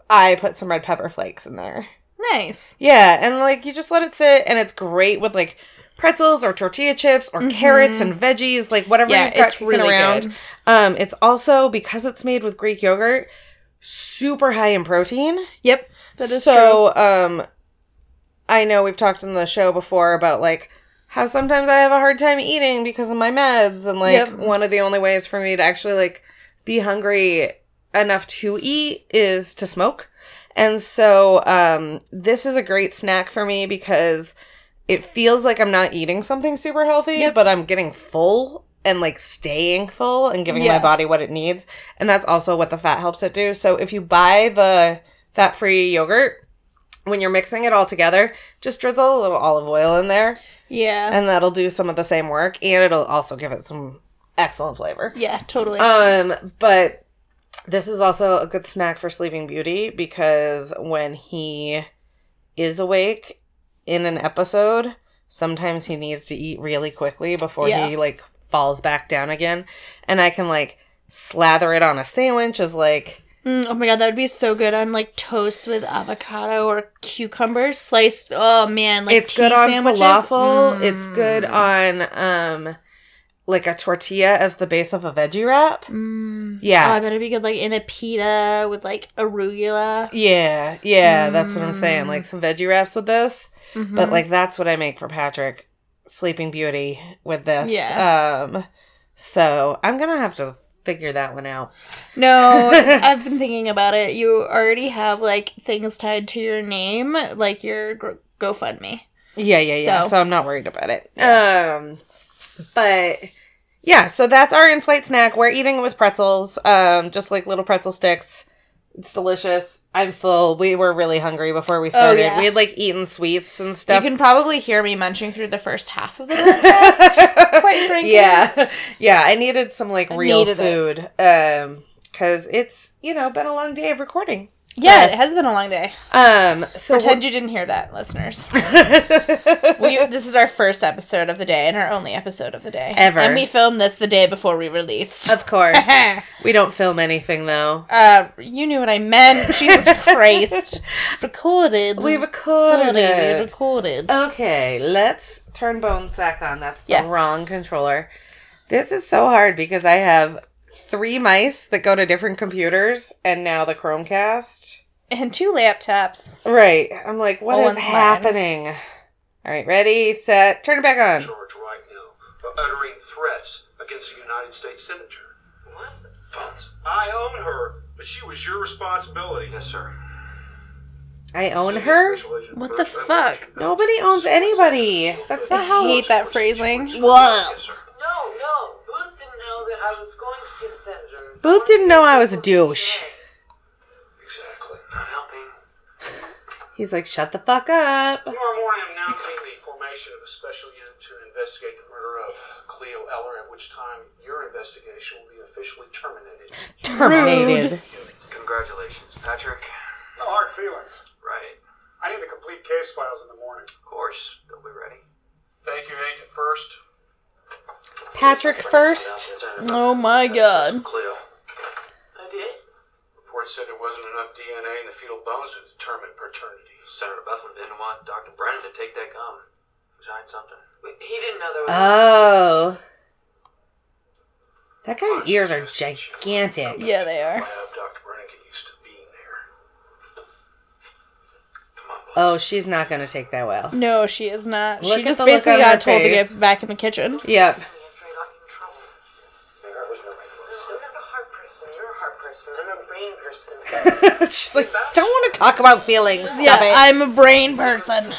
[SPEAKER 2] I put some red pepper flakes in there.
[SPEAKER 1] Nice.
[SPEAKER 2] Yeah, and like you just let it sit, and it's great with like pretzels or tortilla chips or carrots and veggies, like whatever
[SPEAKER 1] Mm-hmm. Yeah,
[SPEAKER 2] you've got
[SPEAKER 1] it's
[SPEAKER 2] kicking
[SPEAKER 1] really
[SPEAKER 2] around.
[SPEAKER 1] good.
[SPEAKER 2] Um, it's also because it's made with Greek yogurt, super high in protein.
[SPEAKER 1] Yep. That is so,
[SPEAKER 2] so. Um, I know we've talked on the show before about like how sometimes I have a hard time eating because of my meds, and like
[SPEAKER 1] Yep.
[SPEAKER 2] one of the only ways for me to actually like be hungry enough to eat is to smoke. And so um, this is a great snack for me because it feels like I'm not eating something super healthy, but I'm getting full and like staying full and giving my
[SPEAKER 1] Yeah.
[SPEAKER 2] body what it needs. And that's also what the fat helps it do. So if you buy the fat free yogurt, when you're mixing it all together, just drizzle a little olive oil in there
[SPEAKER 1] true. Yeah.
[SPEAKER 2] and that'll do some of the same work and it'll also give it some excellent flavor.
[SPEAKER 1] yeah, totally.
[SPEAKER 2] Um, but this is also a good snack for Sleeping Beauty because when he is awake in an episode, sometimes he needs to eat really quickly before
[SPEAKER 1] Yeah.
[SPEAKER 2] he like falls back down again. And I can like slather it on a sandwich as like
[SPEAKER 1] Mm, oh my god, that would be so good on like toast with avocado or cucumbers sliced. Oh man, like
[SPEAKER 2] it's
[SPEAKER 1] tea
[SPEAKER 2] good on
[SPEAKER 1] sandwiches. Mm.
[SPEAKER 2] falafel. It's good on um like a tortilla as the base of a veggie wrap.
[SPEAKER 1] Oh,
[SPEAKER 2] Yeah.
[SPEAKER 1] I bet it'd be good like in a pita with like arugula.
[SPEAKER 2] Yeah, yeah, that's what I'm saying.
[SPEAKER 1] Mm.
[SPEAKER 2] Like some veggie wraps with this,
[SPEAKER 1] Mm-hmm.
[SPEAKER 2] but like that's what I make for Patrick. Sleeping Beauty with this.
[SPEAKER 1] Yeah.
[SPEAKER 2] Um, so I'm gonna have to figure that one out.
[SPEAKER 1] No, *laughs* I've been thinking about it. You already have like things tied to your name, like your gr- GoFundMe.
[SPEAKER 2] Yeah, yeah, yeah. So,
[SPEAKER 1] So-
[SPEAKER 2] I'm not worried about it. Um, but yeah, so that's our in-flight snack. We're eating it with pretzels, um, just like little pretzel sticks. It's delicious. I'm full. We were really hungry before we started.
[SPEAKER 1] Oh, yeah.
[SPEAKER 2] We had like eaten sweets and stuff.
[SPEAKER 1] You can probably hear me munching through the first half *laughs* of the podcast. *laughs* quite frankly.
[SPEAKER 2] Yeah. Yeah, I needed some like real
[SPEAKER 1] needed
[SPEAKER 2] food. Um cuz it's, you know, been a long day of recording.
[SPEAKER 1] Yeah, it has been a long day.
[SPEAKER 2] Um so
[SPEAKER 1] Pretend you didn't hear that, listeners. we, this is our first episode of the day and our only episode of the day
[SPEAKER 2] Ever.
[SPEAKER 1] and we filmed this the day before we released.
[SPEAKER 2] *laughs* of course. we don't film anything though.
[SPEAKER 1] *laughs* uh, you knew what I meant. *laughs* Jesus Christ! Recorded. Uh,
[SPEAKER 2] We recorded
[SPEAKER 1] Sorry, Um, We
[SPEAKER 2] it.
[SPEAKER 1] recorded.
[SPEAKER 2] Okay, let's turn bone sack on. That's the
[SPEAKER 1] Yes.
[SPEAKER 2] wrong controller. This is so hard because I have three mice that go to different computers and now the Chromecast.
[SPEAKER 1] and two laptops.
[SPEAKER 2] Right. I'm like, what is
[SPEAKER 1] Well, Oh, one's mine.
[SPEAKER 2] happening? All right, ready, set, turn it back on.
[SPEAKER 7] George right now for uttering threats against a United States senator.
[SPEAKER 3] What?
[SPEAKER 7] But I own her, but she was your responsibility.
[SPEAKER 4] Yes, sir.
[SPEAKER 2] I own her.
[SPEAKER 1] What the fuck?
[SPEAKER 2] Nobody owns anybody. That's not how.
[SPEAKER 1] hate that phrasing.
[SPEAKER 4] Yes, sir.
[SPEAKER 3] No, no. Booth didn't know that I was going to see the senator.
[SPEAKER 2] Booth didn't know I was a douche.
[SPEAKER 4] Exactly. Not helping.
[SPEAKER 2] He's like, shut the
[SPEAKER 1] *laughs*
[SPEAKER 2] fuck up.
[SPEAKER 7] Tomorrow morning, I'm announcing the formation of a special unit to investigate the murder of Cleo Eller, at which time your investigation will be officially terminated.
[SPEAKER 2] Terminated.
[SPEAKER 4] Congratulations, Patrick.
[SPEAKER 7] No hard feelings.
[SPEAKER 4] Right.
[SPEAKER 7] I need the complete case files in the morning.
[SPEAKER 4] Of course. They'll be ready.
[SPEAKER 7] Thank you, Agent First.
[SPEAKER 2] Patrick first.
[SPEAKER 1] Oh my god.
[SPEAKER 4] Cleo.
[SPEAKER 3] I did?
[SPEAKER 7] Report said there wasn't enough DNA in the fetal bones to determine paternity.
[SPEAKER 4] Senator Bufflin didn't want Dr. Brennan to take that gum. He was hiding something.
[SPEAKER 3] Wait, He didn't know there was.
[SPEAKER 2] Oh. That guy's ears are gigantic.
[SPEAKER 1] Yeah, they are.
[SPEAKER 7] I hope Dr. Brennan get used to being there.
[SPEAKER 4] Come on, boss.
[SPEAKER 2] Oh, she's not gonna take that well.
[SPEAKER 1] No, she is not.
[SPEAKER 2] Look
[SPEAKER 1] she
[SPEAKER 2] at
[SPEAKER 1] just
[SPEAKER 2] the look
[SPEAKER 1] basically
[SPEAKER 2] on her
[SPEAKER 1] got told to
[SPEAKER 2] face.
[SPEAKER 1] get back in the kitchen.
[SPEAKER 2] Yep. *laughs*
[SPEAKER 3] Afraid I'm in trouble.
[SPEAKER 4] Maybe I was in the right
[SPEAKER 3] No,
[SPEAKER 4] place.
[SPEAKER 3] I'm not a heart person. You're a heart person. I'm a brain person.
[SPEAKER 2] But she's like, don't want to talk about feelings. Stop
[SPEAKER 1] Yeah,
[SPEAKER 2] it.
[SPEAKER 1] I'm a brain person.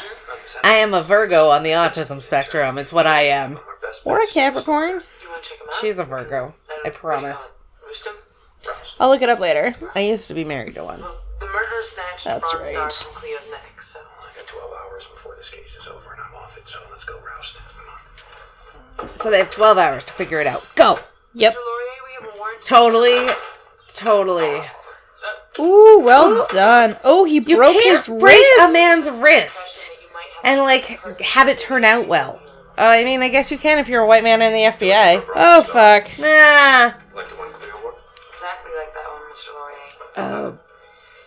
[SPEAKER 2] I am a Virgo on the autism spectrum. It's what I am.
[SPEAKER 4] Our best
[SPEAKER 1] Or a Capricorn.
[SPEAKER 3] You want to check him out?
[SPEAKER 2] She's a Virgo. I promise.
[SPEAKER 3] Roost him?
[SPEAKER 1] I'll look it up later.
[SPEAKER 2] I used to be married to one.
[SPEAKER 3] The murderer snatched
[SPEAKER 1] That's
[SPEAKER 3] bronze
[SPEAKER 1] right.
[SPEAKER 3] star from Cleo's neck, so
[SPEAKER 4] I got 12 hours before this case is over and I'm off it, so let's go roust. Come on.
[SPEAKER 2] So they have 12 hours to figure it out. Go.
[SPEAKER 1] Yep.
[SPEAKER 3] Laurier, we have a warrant.
[SPEAKER 2] Totally. Totally.
[SPEAKER 1] Ooh, well done. Oh, he
[SPEAKER 2] You
[SPEAKER 1] broke
[SPEAKER 2] can't
[SPEAKER 1] his
[SPEAKER 2] break
[SPEAKER 1] wrist.
[SPEAKER 2] a man's wrist and like have it turn out well. Oh, I mean, I guess you can if you're a white man in the FBI.
[SPEAKER 1] Oh fuck.
[SPEAKER 2] Nah.
[SPEAKER 4] Like the one clear one?
[SPEAKER 3] Exactly like that one, Mr. Laurier.
[SPEAKER 2] Oh.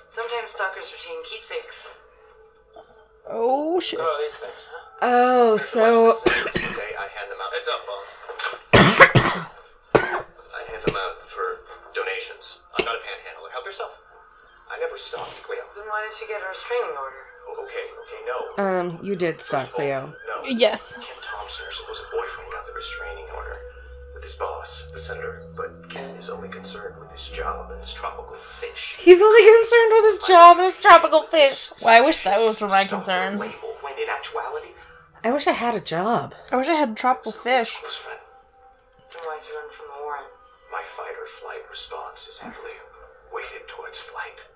[SPEAKER 3] Sometimes stalkers retain keepsakes.
[SPEAKER 1] Oh shit.
[SPEAKER 11] Oh, these things, huh?
[SPEAKER 2] Oh, so
[SPEAKER 4] Okay, I hand them out.
[SPEAKER 11] It's up, Bones.
[SPEAKER 4] I hand them out for donations. I'm not a panhandler. Help yourself. I never stopped Cleo.
[SPEAKER 3] Then why did she get a restraining order?
[SPEAKER 4] Oh, okay, okay, no.
[SPEAKER 2] um, you did suck, Cleo.
[SPEAKER 4] No.
[SPEAKER 1] Yes.
[SPEAKER 4] Ken Thompson, her supposed boyfriend, got the restraining order with his boss, the senator. But Ken is only concerned with his job and his tropical fish.
[SPEAKER 2] He's only concerned with his job and his tropical fish.
[SPEAKER 12] Well, I wish that was for my concerns.
[SPEAKER 4] Label, when in actuality,
[SPEAKER 2] I wish I had a job.
[SPEAKER 1] I wish I had tropical fish.
[SPEAKER 4] close friend.
[SPEAKER 3] Then why'd you run from the warrant?
[SPEAKER 4] My fight or flight response is heavily weighted towards flight.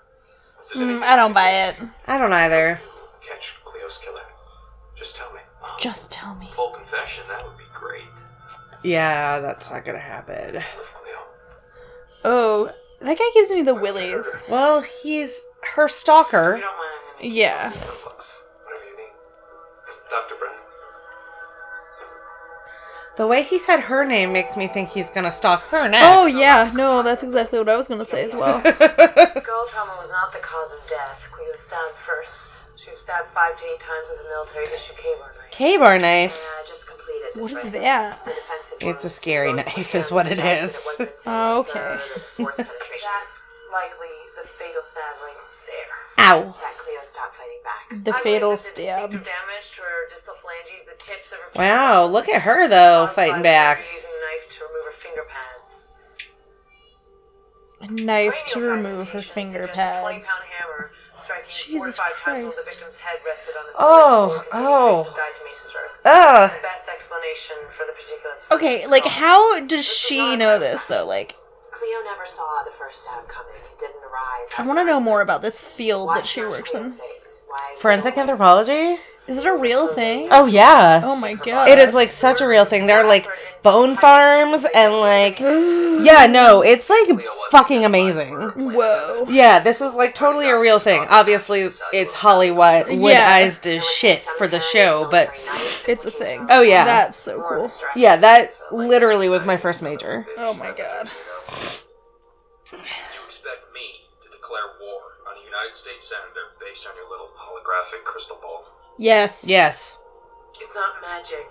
[SPEAKER 4] If there's
[SPEAKER 12] Mm, I don't buy it.
[SPEAKER 2] I don't either.
[SPEAKER 4] any catch Cleo's killer, just tell me.
[SPEAKER 1] Just tell me.
[SPEAKER 4] Full confession, that would be great.
[SPEAKER 2] Yeah, that's not gonna happen.
[SPEAKER 4] I love Cleo.
[SPEAKER 1] Oh, that guy gives me the willies.
[SPEAKER 2] Well, he's her stalker.
[SPEAKER 3] You don't want anything.
[SPEAKER 1] Yeah.
[SPEAKER 4] Bucks, whatever you need. Dr. Brennan.
[SPEAKER 2] The way he said her name makes me think he's gonna stalk her next.
[SPEAKER 1] Oh yeah, no, that's exactly what I was gonna say as *laughs* well.
[SPEAKER 3] Skull trauma was not the cause of death. Cleo was stabbed first. She was stabbed five to eight times with a military issue K-bar knife.
[SPEAKER 2] K-bar knife.
[SPEAKER 3] Yeah, I just completed this.
[SPEAKER 1] What is
[SPEAKER 3] right
[SPEAKER 1] that?
[SPEAKER 3] The defensive
[SPEAKER 2] It's a
[SPEAKER 3] wounds.
[SPEAKER 2] scary
[SPEAKER 3] Bones
[SPEAKER 2] knife
[SPEAKER 3] were
[SPEAKER 2] is what it
[SPEAKER 3] found suggesting
[SPEAKER 2] is.
[SPEAKER 3] wasn't until
[SPEAKER 1] Oh,
[SPEAKER 3] the third
[SPEAKER 1] okay.
[SPEAKER 3] or fourth penetration. That's likely the fatal stab right there.
[SPEAKER 2] Ow.
[SPEAKER 3] That Cleo stopped fighting back.
[SPEAKER 1] The
[SPEAKER 3] I believe
[SPEAKER 1] fatal
[SPEAKER 3] that the
[SPEAKER 1] stab.
[SPEAKER 3] distinctive damage to her distal phalanges, the tips of her
[SPEAKER 2] Wow, look at her though,
[SPEAKER 3] caused by
[SPEAKER 2] fighting back.
[SPEAKER 3] Laurier Using a knife to remove her finger pads.
[SPEAKER 1] A knife
[SPEAKER 3] Cranial
[SPEAKER 1] to remove her
[SPEAKER 3] fragmentation
[SPEAKER 1] finger
[SPEAKER 3] suggests a 20
[SPEAKER 1] pads.
[SPEAKER 3] pound hammer striking
[SPEAKER 1] Jesus
[SPEAKER 3] four to five times while
[SPEAKER 1] Christ.
[SPEAKER 3] the victim's head rested on the
[SPEAKER 2] Oh,
[SPEAKER 3] cement floor,
[SPEAKER 2] oh.
[SPEAKER 3] continuing to guide to Mason's earth.
[SPEAKER 2] Ugh.
[SPEAKER 3] The best explanation for the particulates.
[SPEAKER 1] Okay, like how does she know this though? Like
[SPEAKER 3] Cleo never saw the first stab coming. It didn't arise.
[SPEAKER 1] I want to know more about this field
[SPEAKER 3] Why
[SPEAKER 1] that she
[SPEAKER 3] not
[SPEAKER 1] works
[SPEAKER 3] Cleo's
[SPEAKER 1] in.
[SPEAKER 3] face? Why-
[SPEAKER 2] Forensic anthropology?
[SPEAKER 1] Is it a real thing?
[SPEAKER 2] Oh yeah.
[SPEAKER 1] Oh my god.
[SPEAKER 2] It is like such a real thing. They're like bone farms
[SPEAKER 1] *gasps*
[SPEAKER 2] and like yeah, no, it's like fucking amazing.
[SPEAKER 1] Whoa.
[SPEAKER 2] Yeah, this is like totally a real thing. Obviously, it's Hollywood
[SPEAKER 1] Yeah.
[SPEAKER 2] woodized as shit for the show, but
[SPEAKER 1] It's a thing.
[SPEAKER 2] Oh, yeah.
[SPEAKER 1] That's so cool.
[SPEAKER 2] yeah, that literally was my first major.
[SPEAKER 1] Oh my god.
[SPEAKER 11] You expect me to declare war on a United States senator based on your little holographic crystal ball?
[SPEAKER 1] Yes.
[SPEAKER 2] Yes.
[SPEAKER 3] It's not magic.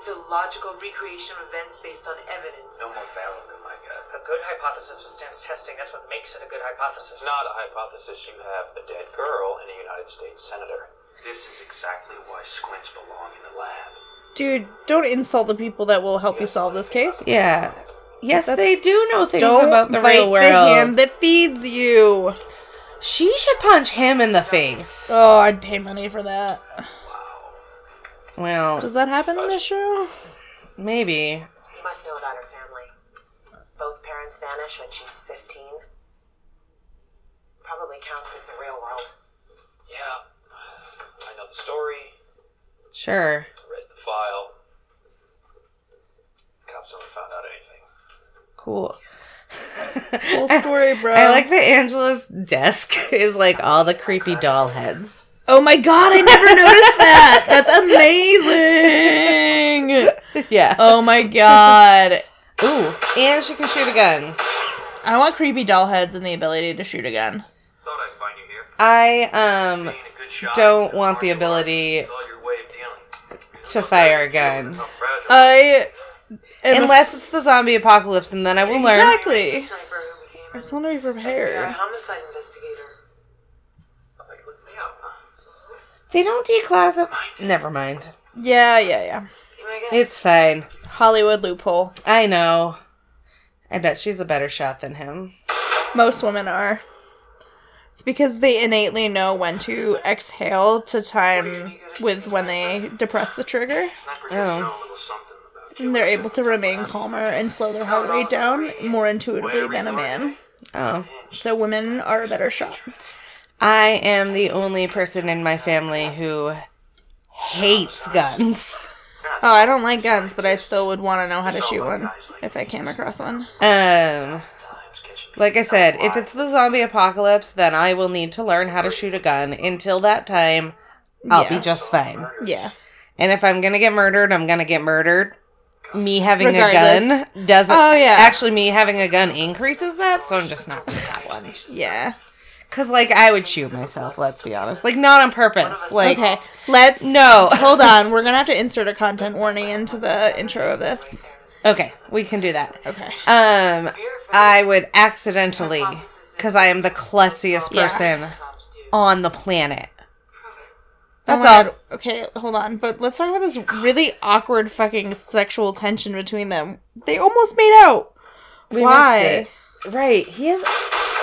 [SPEAKER 3] It's a logical recreation of events based on evidence.
[SPEAKER 4] No more valid than my gut.
[SPEAKER 13] A good hypothesis withstands testing. That's what makes it a good hypothesis.
[SPEAKER 4] It's not a hypothesis. You have a dead girl and a United States senator. This is exactly why squints belong in the lab.
[SPEAKER 1] Dude, don't insult the people that will help you solve this case.
[SPEAKER 2] Yeah. Yes,
[SPEAKER 1] That's-
[SPEAKER 2] they do know things
[SPEAKER 1] don't
[SPEAKER 2] about the
[SPEAKER 1] bite
[SPEAKER 2] real world.
[SPEAKER 1] The hand that feeds you.
[SPEAKER 2] she should punch him in the face.
[SPEAKER 1] Oh, I'd pay money for that.
[SPEAKER 2] Well,
[SPEAKER 1] Does that happen in this show?
[SPEAKER 2] maybe.
[SPEAKER 3] You must know about her family. Both parents vanished when she was 15. Probably counts as the real world.
[SPEAKER 4] Yeah. I know the story.
[SPEAKER 2] Sure.
[SPEAKER 4] Read the file. Cops only found out anything.
[SPEAKER 2] Cool. *laughs*
[SPEAKER 1] Full story, bro.
[SPEAKER 2] I like that Angela's desk *laughs* is like all the creepy doll heads.
[SPEAKER 1] Oh my god, I
[SPEAKER 2] *laughs*
[SPEAKER 1] never noticed that. That's amazing.
[SPEAKER 2] Yeah.
[SPEAKER 1] Oh my god.
[SPEAKER 2] Ooh. And she can shoot a gun.
[SPEAKER 12] I want creepy doll heads and the ability to shoot a gun.
[SPEAKER 11] Thought I'd find you here.
[SPEAKER 2] I um
[SPEAKER 11] Being a good shot.
[SPEAKER 2] don't want the
[SPEAKER 11] martial
[SPEAKER 2] ability
[SPEAKER 11] arts is all your way of dealing.
[SPEAKER 2] to fire a gun.
[SPEAKER 11] How fragile.
[SPEAKER 1] I am
[SPEAKER 2] Unless it's the zombie apocalypse and then I will learn.
[SPEAKER 1] exactly.
[SPEAKER 3] Sniper who became
[SPEAKER 1] I
[SPEAKER 3] an
[SPEAKER 1] just want to be
[SPEAKER 3] FBI
[SPEAKER 1] prepared.
[SPEAKER 3] homicide investigator.
[SPEAKER 11] Like, look me up, huh?
[SPEAKER 2] They don't declassify Never mind.
[SPEAKER 1] Yeah, yeah, yeah.
[SPEAKER 3] You might get
[SPEAKER 2] It's fine.
[SPEAKER 1] Hollywood loophole.
[SPEAKER 2] I know. I bet she's a better shot than him.
[SPEAKER 1] Most women are. It's because they innately know when to exhale to time with when they depress the trigger. And they're able to remain calmer and slow their heart rate down more intuitively than a man.
[SPEAKER 2] Oh.
[SPEAKER 1] So women are a better shot.
[SPEAKER 2] I am the only person in my family who hates guns.
[SPEAKER 1] Oh, I don't like guns, but I still would want to know how to shoot one if I came across one.
[SPEAKER 2] Um, like I said, if it's the zombie apocalypse, then I will need to learn how to shoot a gun. Until that time, I'll
[SPEAKER 1] Yeah.
[SPEAKER 2] be just fine.
[SPEAKER 1] Yeah.
[SPEAKER 2] And if I'm gonna get murdered, I'm gonna get murdered. Me having
[SPEAKER 1] Regardless.
[SPEAKER 2] a gun doesn't.
[SPEAKER 1] Oh, yeah.
[SPEAKER 2] Actually, me having a gun increases that, so I'm just not with that one.
[SPEAKER 1] Yeah.
[SPEAKER 2] Cause like I would shoot myself. Let's be honest. Like not on purpose. Like
[SPEAKER 1] okay. Let's
[SPEAKER 2] No. *laughs*
[SPEAKER 1] Hold on. We're gonna have to insert a content warning into the intro of this.
[SPEAKER 2] okay, we can do that.
[SPEAKER 1] Okay. Oh
[SPEAKER 2] Um, I would accidentally, because I am the klutziest
[SPEAKER 1] Yeah.
[SPEAKER 2] person on the planet.
[SPEAKER 1] Oh
[SPEAKER 2] That's
[SPEAKER 1] my
[SPEAKER 2] all.
[SPEAKER 1] God. Okay, hold on. But let's talk about this really awkward fucking sexual tension between them. They almost made out.
[SPEAKER 2] We
[SPEAKER 1] Why?
[SPEAKER 2] missed it. Right. He is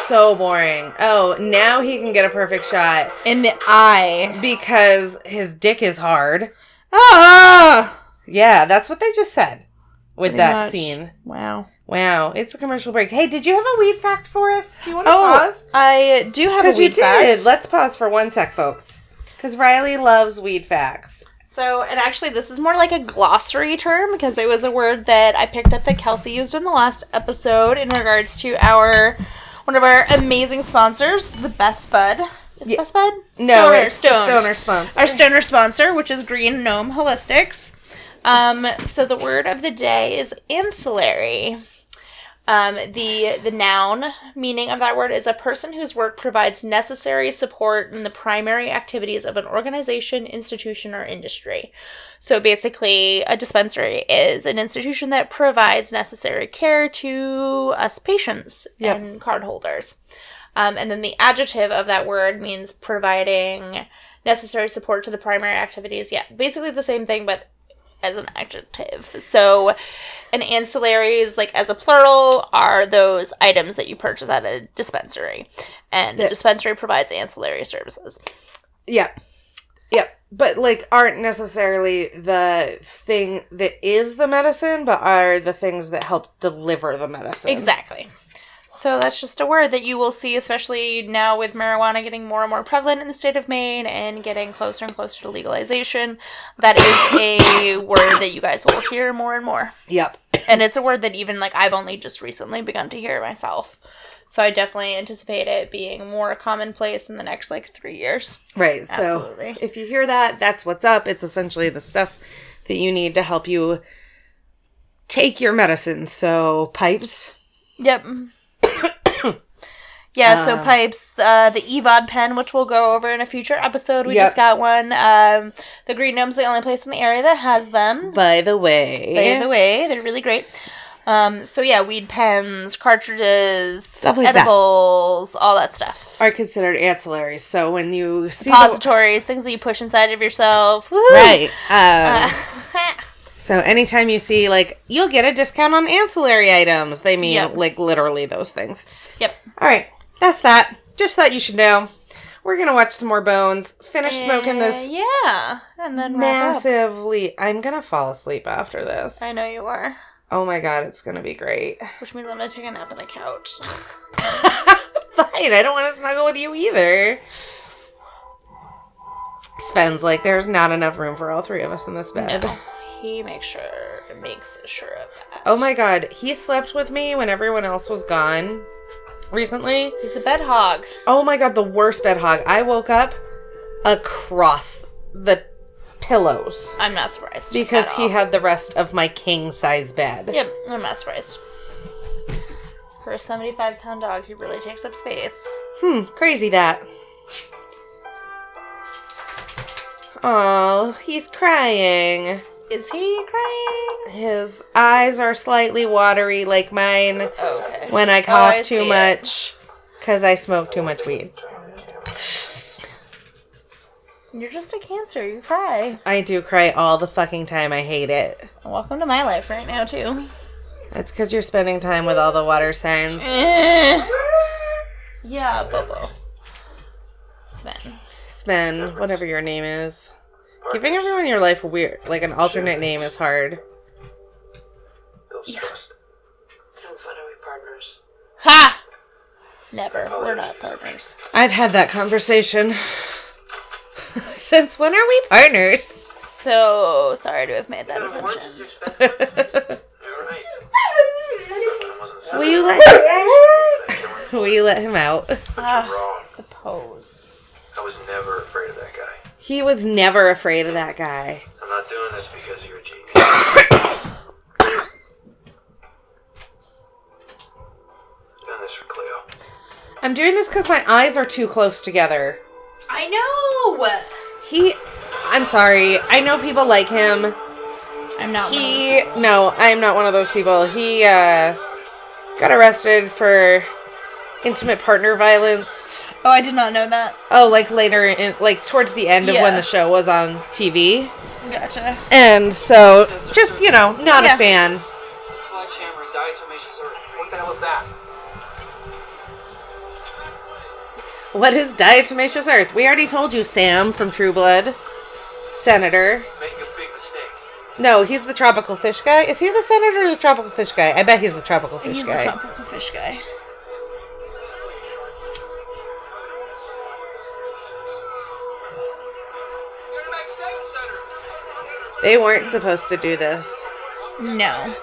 [SPEAKER 2] so boring. Oh, now he can get a perfect shot
[SPEAKER 1] In the eye.
[SPEAKER 2] because his dick is hard.
[SPEAKER 1] Ah!
[SPEAKER 2] Yeah, that's what they just said with
[SPEAKER 1] Pretty
[SPEAKER 2] that
[SPEAKER 1] much.
[SPEAKER 2] scene.
[SPEAKER 1] Wow.
[SPEAKER 2] Wow, it's a commercial break. Hey, did you have a weed fact for us? Do you want to
[SPEAKER 1] Oh,
[SPEAKER 2] pause?
[SPEAKER 1] I do have a
[SPEAKER 2] Because
[SPEAKER 1] weed
[SPEAKER 2] you did.
[SPEAKER 1] fact.
[SPEAKER 2] Let's pause for one sec, folks. Because Riley loves weed facts.
[SPEAKER 1] So, and actually, this is more like a glossary term because it was a word that I picked up that Kelsey used in the last episode in regards to our one of our amazing sponsors, the Best Bud. Is it Best Bud?
[SPEAKER 2] it's the
[SPEAKER 1] Stoned.
[SPEAKER 2] stoner sponsor.
[SPEAKER 1] Our stoner sponsor, which is Green Gnome Holistics. Um, so the word of the day is ancillary. Um, the the noun meaning of that word is a person whose work provides necessary support in the primary activities of an organization, institution, or industry. So basically, a dispensary is an institution that provides necessary care to us patients
[SPEAKER 2] Yep.
[SPEAKER 1] and cardholders. Um, and then the adjective of that word means providing necessary support to the primary activities. Yeah, basically the same thing, but as an adjective. So, an ancillary is like as a plural are those items that you purchase at a dispensary, and the dispensary provides ancillary services.
[SPEAKER 2] Yep. Yep. But like aren't necessarily the thing that is the medicine, but are the things that help deliver the medicine.
[SPEAKER 1] Exactly. So that's just a word that you will see, especially now with marijuana getting more and more prevalent in the state of Maine and getting closer and closer to legalization. That is a word that you guys will hear more and more.
[SPEAKER 2] Yep.
[SPEAKER 1] and it's a word that even like I've only just recently begun to hear myself. So I definitely anticipate it being more commonplace in the next like three years.
[SPEAKER 2] Right. So
[SPEAKER 1] Absolutely.
[SPEAKER 2] if you hear that, that's what's up. It's essentially the stuff that you need to help you take your medicine. So pipes.
[SPEAKER 1] Yep. *coughs* yeah. so
[SPEAKER 2] Um,
[SPEAKER 1] pipes, uh, the Evod pen, which we'll go over in a future episode. We
[SPEAKER 2] Yep.
[SPEAKER 1] just got one. Um, the Green Gnome's the only place in the area that has them.
[SPEAKER 2] By the way.
[SPEAKER 1] By the way, they're really great. Um, so yeah, weed pens, cartridges,
[SPEAKER 2] Stuff like that.
[SPEAKER 1] edibles, all that stuff.
[SPEAKER 2] Are considered ancillary. So when you see the-
[SPEAKER 1] Depositories, things that you push inside of yourself. Woohoo!
[SPEAKER 2] right. Um, so anytime you see like you'll get a discount on ancillary items, they mean
[SPEAKER 1] Yep.
[SPEAKER 2] like literally those things.
[SPEAKER 1] *laughs* yep.
[SPEAKER 2] All right, that's that. Just thought you should know. We're gonna watch some more Bones. Finish smoking
[SPEAKER 1] Uh,
[SPEAKER 2] this
[SPEAKER 1] yeah, and then wrap up.
[SPEAKER 2] massively. I'm gonna fall asleep after this.
[SPEAKER 1] I know you are.
[SPEAKER 2] Oh my god, it's gonna be great. *laughs*
[SPEAKER 1] Which means I'm gonna take a nap on the couch. *laughs*
[SPEAKER 2] Fine, I don't want to snuggle with you either. Sven's like, there's not enough room for all three of us in this bed.
[SPEAKER 1] he makes sure makes sure of that.
[SPEAKER 2] Oh my god, he slept with me when everyone else was gone recently.
[SPEAKER 1] He's a bed hog.
[SPEAKER 2] Oh my god, the worst bed hog. I woke up across the pillows.
[SPEAKER 1] I'm not surprised
[SPEAKER 2] because
[SPEAKER 1] at
[SPEAKER 2] he
[SPEAKER 1] all.
[SPEAKER 2] had the rest of my king size bed.
[SPEAKER 1] Yep, I'm not surprised. For a 75 pound dog, he really takes up space.
[SPEAKER 2] Hmm, crazy that. Oh, he's crying.
[SPEAKER 1] Is he crying?
[SPEAKER 2] His eyes are slightly watery like mine
[SPEAKER 1] Okay.
[SPEAKER 2] when I cough
[SPEAKER 1] Oh, I
[SPEAKER 2] too
[SPEAKER 1] see it.
[SPEAKER 2] much cuz I smoke too much weed.
[SPEAKER 1] You're just a cancer. You cry.
[SPEAKER 2] I do cry all the fucking time. I hate it.
[SPEAKER 1] Welcome to my life right now *laughs* too.
[SPEAKER 2] That's cuz you're
[SPEAKER 1] Eh?
[SPEAKER 2] spending time with all the water signs.
[SPEAKER 1] yeah, Bobo. Sven.
[SPEAKER 2] Sven, whatever your name is. Giving everyone in your life a weird, like an alternate name is hard.
[SPEAKER 4] Bill's trust.
[SPEAKER 10] Since when are we partners?
[SPEAKER 1] Ha! Never. We're not partners.
[SPEAKER 2] I've had that conversation. *sighs* Since when are we *laughs* partners?
[SPEAKER 1] So sorry to have made that
[SPEAKER 9] The words is
[SPEAKER 1] assumption.
[SPEAKER 9] expensive. You're right.
[SPEAKER 4] I wasn't
[SPEAKER 2] Will you let *laughs* Will you let him out?
[SPEAKER 4] wrong.
[SPEAKER 1] Suppose.
[SPEAKER 4] I was never afraid of that guy.
[SPEAKER 2] He was never afraid of that guy.
[SPEAKER 4] I'm not doing this because you're a genius. Done this for Cleo.
[SPEAKER 2] I'm doing this because my eyes are too close together.
[SPEAKER 1] I know.
[SPEAKER 2] He, I'm sorry. I know people like him.
[SPEAKER 1] I'm not. one of those-
[SPEAKER 2] He, no, I'm not one of those people. He uh, got arrested for intimate partner violence.
[SPEAKER 1] Oh, I did not know that.
[SPEAKER 2] Oh, like later in, like towards the end of when
[SPEAKER 1] Yeah.
[SPEAKER 2] the show was on TV.
[SPEAKER 1] Gotcha.
[SPEAKER 2] And so, just you know, not a
[SPEAKER 1] Yeah.
[SPEAKER 2] fan.
[SPEAKER 8] The sledgehammer diatomaceous earth.
[SPEAKER 9] What the hell is that?
[SPEAKER 2] What is diatomaceous earth? We already told you, Sam from True Blood, Senator.
[SPEAKER 9] Making a big mistake.
[SPEAKER 2] No, he's the tropical fish guy. Is he the senator or the tropical fish guy? I bet he's the tropical fish
[SPEAKER 1] He's
[SPEAKER 2] guy.
[SPEAKER 1] the tropical fish guy.
[SPEAKER 2] they weren't supposed to do this.
[SPEAKER 1] No.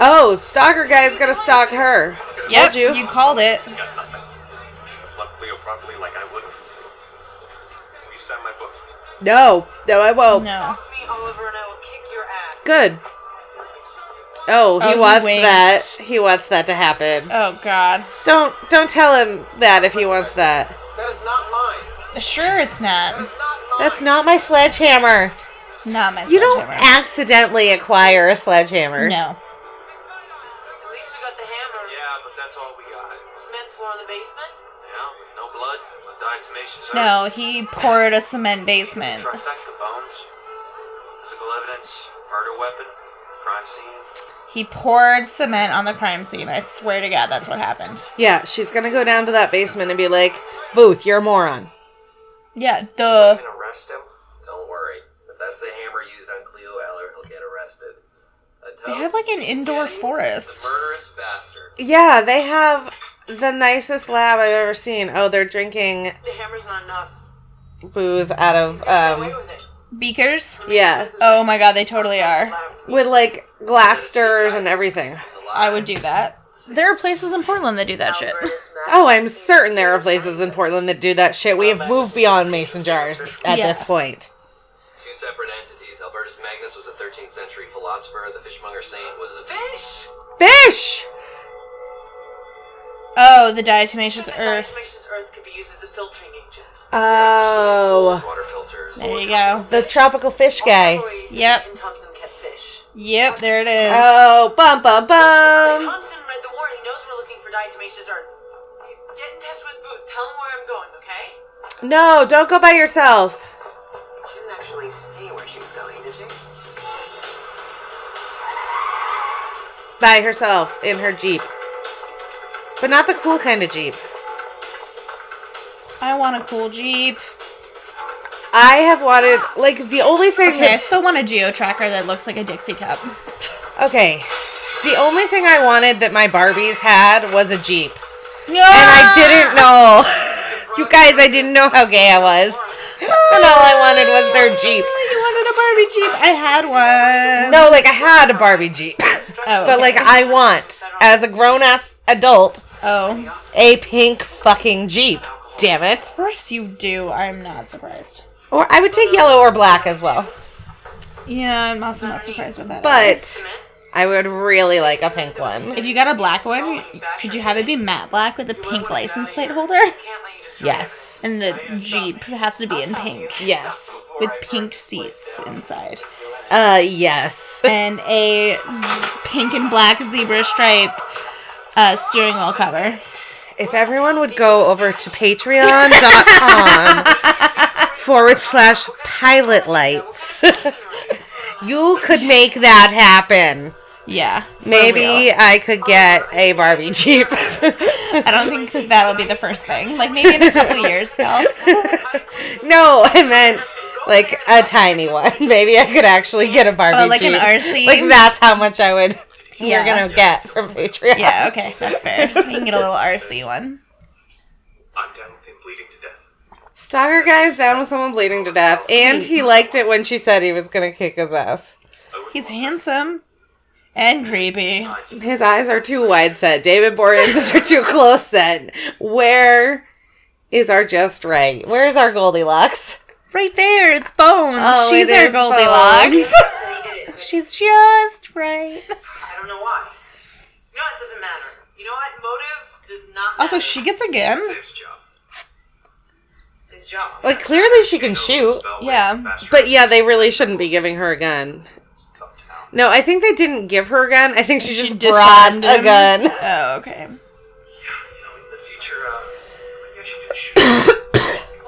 [SPEAKER 2] Oh, stalker guy's gonna stalk her.
[SPEAKER 1] Yep.
[SPEAKER 2] Told you.
[SPEAKER 1] You called it.
[SPEAKER 4] Got nothing. Should have loved Cleo properly like I would have. Will you sign my book?
[SPEAKER 2] No, no, I won't.
[SPEAKER 1] No.
[SPEAKER 3] Me, Oliver, and I will kick your ass.
[SPEAKER 2] Good.
[SPEAKER 1] Oh,
[SPEAKER 2] Oh, he
[SPEAKER 1] he
[SPEAKER 2] wants
[SPEAKER 1] winked.
[SPEAKER 2] that. He wants that to happen.
[SPEAKER 1] Oh God.
[SPEAKER 2] Don't don't tell him that if he wants that.
[SPEAKER 9] That is not mine.
[SPEAKER 1] Sure, it's not.
[SPEAKER 2] That's not my sledgehammer.
[SPEAKER 1] Not my.
[SPEAKER 2] You don't
[SPEAKER 1] sledgehammer.
[SPEAKER 2] accidentally acquire a sledgehammer.
[SPEAKER 1] No.
[SPEAKER 3] At least we got the hammer.
[SPEAKER 9] Yeah, but that's all we got.
[SPEAKER 3] Cement floor in the basement.
[SPEAKER 9] Yeah, with no blood, no diatomaceous earth.
[SPEAKER 1] No. He poured a cement basement.
[SPEAKER 9] Trifecta bones, physical evidence, murder weapon, crime scene.
[SPEAKER 1] He poured cement on the crime scene. I swear to God, that's what happened.
[SPEAKER 2] Yeah, she's gonna go down to that basement and be like, Booth, you're a moron.
[SPEAKER 1] Yeah. The.
[SPEAKER 9] Gonna arrest him?
[SPEAKER 14] Don't worry. If that's the hammer used on Cleo Eller, he'll get arrested. A
[SPEAKER 1] They
[SPEAKER 14] toast
[SPEAKER 1] have like an indoor
[SPEAKER 14] Getty,
[SPEAKER 1] forest.
[SPEAKER 14] The murderous bastard.
[SPEAKER 2] Yeah, they have the nicest lab I've ever seen. Oh, they're drinking
[SPEAKER 3] The hammer's not enough.
[SPEAKER 2] booze out of
[SPEAKER 3] Away
[SPEAKER 2] um
[SPEAKER 3] with it.
[SPEAKER 1] Beakers.
[SPEAKER 2] yeah,
[SPEAKER 1] Oh my God, they totally are.
[SPEAKER 2] with like glass stirrers and everything.
[SPEAKER 1] I would do that. There are places in Portland that do that shit.
[SPEAKER 2] Oh, I'm certain there are places in Portland that do that shit. We have moved beyond mason jars at
[SPEAKER 1] Yeah.
[SPEAKER 2] this point.
[SPEAKER 14] Two separate entities. Albertus Magnus was a 13th century philosopher. The fishmonger saint was a
[SPEAKER 3] Fish!
[SPEAKER 2] Fish.
[SPEAKER 1] Oh, the diatomaceous
[SPEAKER 3] The
[SPEAKER 1] earth.
[SPEAKER 3] diatomaceous earth could be used as a filtering agent.
[SPEAKER 2] Oh,
[SPEAKER 14] water filters.
[SPEAKER 1] There you go.
[SPEAKER 2] the tropical fish guy.
[SPEAKER 3] Always
[SPEAKER 1] Yep.
[SPEAKER 3] And Thompson kept fish.
[SPEAKER 1] Yep, there it is.
[SPEAKER 2] Oh, bum bum
[SPEAKER 1] Um,
[SPEAKER 2] bum.
[SPEAKER 3] Thompson read the warning, knows we're looking for diatomaceous earth. Get in touch with Booth. Tell him where I'm going, okay?
[SPEAKER 2] No, don't go by yourself.
[SPEAKER 10] She didn't actually see where she was going, did she?
[SPEAKER 2] By herself in her jeep, but not the cool kind of jeep.
[SPEAKER 1] I want a cool Jeep.
[SPEAKER 2] I have wanted like the only thing
[SPEAKER 1] Okay, I
[SPEAKER 2] that
[SPEAKER 1] still want a Geo Tracker that looks like a Dixie cup.
[SPEAKER 2] Okay. The only thing I wanted that my Barbies had was a Jeep.
[SPEAKER 1] No!
[SPEAKER 2] And
[SPEAKER 1] Ah!
[SPEAKER 2] I didn't know. *laughs* You guys, I didn't know how gay I was. And all I wanted was their Jeep.
[SPEAKER 1] You wanted a Barbie Jeep? I had one.
[SPEAKER 2] No, like I had a Barbie Jeep.
[SPEAKER 1] Oh,
[SPEAKER 2] But like I want, as a grown ass adult,
[SPEAKER 1] oh,
[SPEAKER 2] a pink fucking Jeep. Damn it.
[SPEAKER 1] of course you do. I'm not surprised.
[SPEAKER 2] Or I would take yellow or black as well.
[SPEAKER 1] Yeah, I'm also not surprised at that.
[SPEAKER 2] But I would really like a pink one.
[SPEAKER 1] if you got a black one, could you have it be matte black with a pink license plate holder?
[SPEAKER 3] Can't let you destroy
[SPEAKER 2] Yes.
[SPEAKER 1] And the Jeep has to be in pink
[SPEAKER 2] Yes.
[SPEAKER 1] with pink seats inside.
[SPEAKER 2] Uh yes.
[SPEAKER 1] and a z- pink and black zebra stripe uh, steering wheel cover.
[SPEAKER 2] If everyone would go over to patreon.com
[SPEAKER 1] *laughs*
[SPEAKER 2] forward slash *laughs* pilot lights, you could make that happen.
[SPEAKER 1] Yeah.
[SPEAKER 2] Maybe I could get a Barbie Jeep. *laughs*
[SPEAKER 1] I don't think that'll be the first thing. Like maybe in a *laughs* couple years, Kels.
[SPEAKER 2] no, I meant like a tiny one. *laughs* Maybe I could actually get a Barbie
[SPEAKER 1] Oh, like an
[SPEAKER 2] Jeep.
[SPEAKER 1] RC?
[SPEAKER 2] Like that's how much I would.
[SPEAKER 1] Yeah.
[SPEAKER 2] You're gonna get from Patreon.
[SPEAKER 1] Yeah, okay, that's fair. You can get a little RC one.
[SPEAKER 4] I'm down with him bleeding to death.
[SPEAKER 2] Stalker guy is down with someone bleeding to death, and he liked it when she said he was gonna kick his ass.
[SPEAKER 1] He's handsome and creepy.
[SPEAKER 2] His eyes are too wide set. David Boreanaz's are too close set. Where is our just right? Where's our Goldilocks?
[SPEAKER 1] Right there, it's Bones.
[SPEAKER 2] Oh,
[SPEAKER 1] She's
[SPEAKER 2] it
[SPEAKER 1] our
[SPEAKER 2] is *laughs*
[SPEAKER 1] Goldilocks. *laughs* She's just right.
[SPEAKER 3] I don't know why. You know what? It doesn't matter. You know what? Motive does not
[SPEAKER 1] Also, she gets a gun.
[SPEAKER 3] His
[SPEAKER 1] Oh.
[SPEAKER 3] job.
[SPEAKER 2] Like clearly she can shoot.
[SPEAKER 1] Yeah.
[SPEAKER 2] But yeah, they really shouldn't be giving her a gun. No, I think they didn't give her a gun. I think she just brought
[SPEAKER 1] Disarmed
[SPEAKER 2] a
[SPEAKER 1] him.
[SPEAKER 2] gun.
[SPEAKER 1] Oh, okay.
[SPEAKER 15] The future, uh, maybe I should just shoot.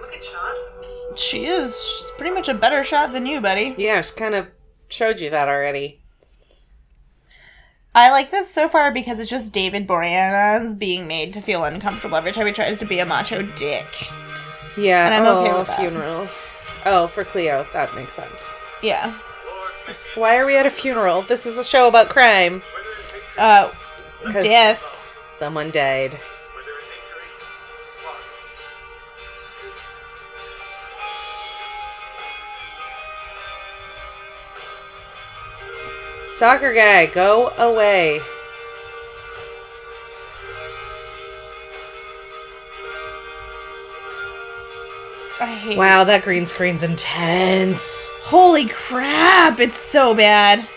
[SPEAKER 3] Look at Sean.
[SPEAKER 1] She is. She's pretty much a better shot than you, buddy.
[SPEAKER 2] Yeah, she kind of showed you that already.
[SPEAKER 1] I like this so far because it's just David Boreanaz being made to feel uncomfortable every time he tries to be a macho dick.
[SPEAKER 2] Yeah,
[SPEAKER 1] And I'm
[SPEAKER 2] oh,
[SPEAKER 1] okay with that.
[SPEAKER 2] funeral. Oh, for Cleo, that makes sense.
[SPEAKER 1] Yeah.
[SPEAKER 2] Why are we at a funeral? This is a show about crime.
[SPEAKER 1] Uh,
[SPEAKER 2] 'Cause
[SPEAKER 1] death.
[SPEAKER 2] Someone died. Stalker guy, go away.
[SPEAKER 1] I hate.
[SPEAKER 2] Wow, that green screen's intense.
[SPEAKER 1] Holy crap! It's so bad.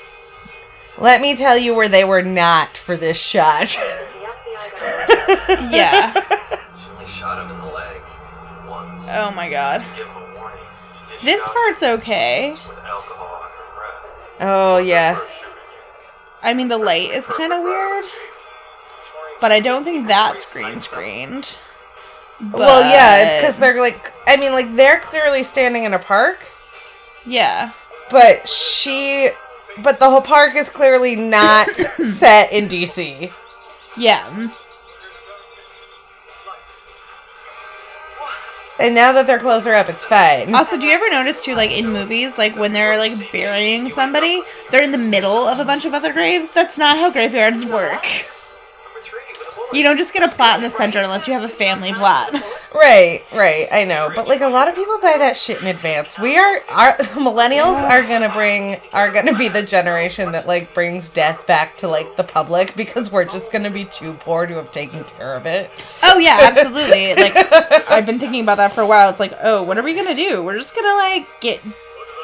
[SPEAKER 2] Let me tell you where they were not for this shot. *laughs*
[SPEAKER 1] Yeah.
[SPEAKER 16] She only shot him in the leg once.
[SPEAKER 1] Oh my god.
[SPEAKER 4] Give him a warning. She just
[SPEAKER 1] This
[SPEAKER 4] shot
[SPEAKER 1] part's okay.
[SPEAKER 4] him With alcohol on her breath.
[SPEAKER 2] Oh yeah.
[SPEAKER 4] First shooting you.
[SPEAKER 1] I mean, the light is kind of weird, but I don't think that's green screened.
[SPEAKER 2] Well, yeah, it's because
[SPEAKER 1] But-
[SPEAKER 2] they're like, I mean, like they're clearly standing in a park,
[SPEAKER 1] yeah,
[SPEAKER 2] but she, but the whole park is clearly not set in DC.
[SPEAKER 1] yeah. mm.
[SPEAKER 2] And now that they're closer up, it's fine.
[SPEAKER 1] Also, do you ever notice too, like in movies, like when they're like burying somebody, they're in the middle of a bunch of other graves? That's not how graveyards work. You don't just get a plot in the center unless you have a family plot.
[SPEAKER 2] Right, right, I know. But like a lot of people buy that shit in advance. We are our *laughs* millennials are gonna bring are gonna be the generation that like brings death back to like the public because we're just gonna be too poor to have taken care of it.
[SPEAKER 1] Oh yeah, absolutely.
[SPEAKER 2] *laughs*
[SPEAKER 1] Like I've been thinking about that for a while. It's like, oh, what are we gonna do? We're just gonna like get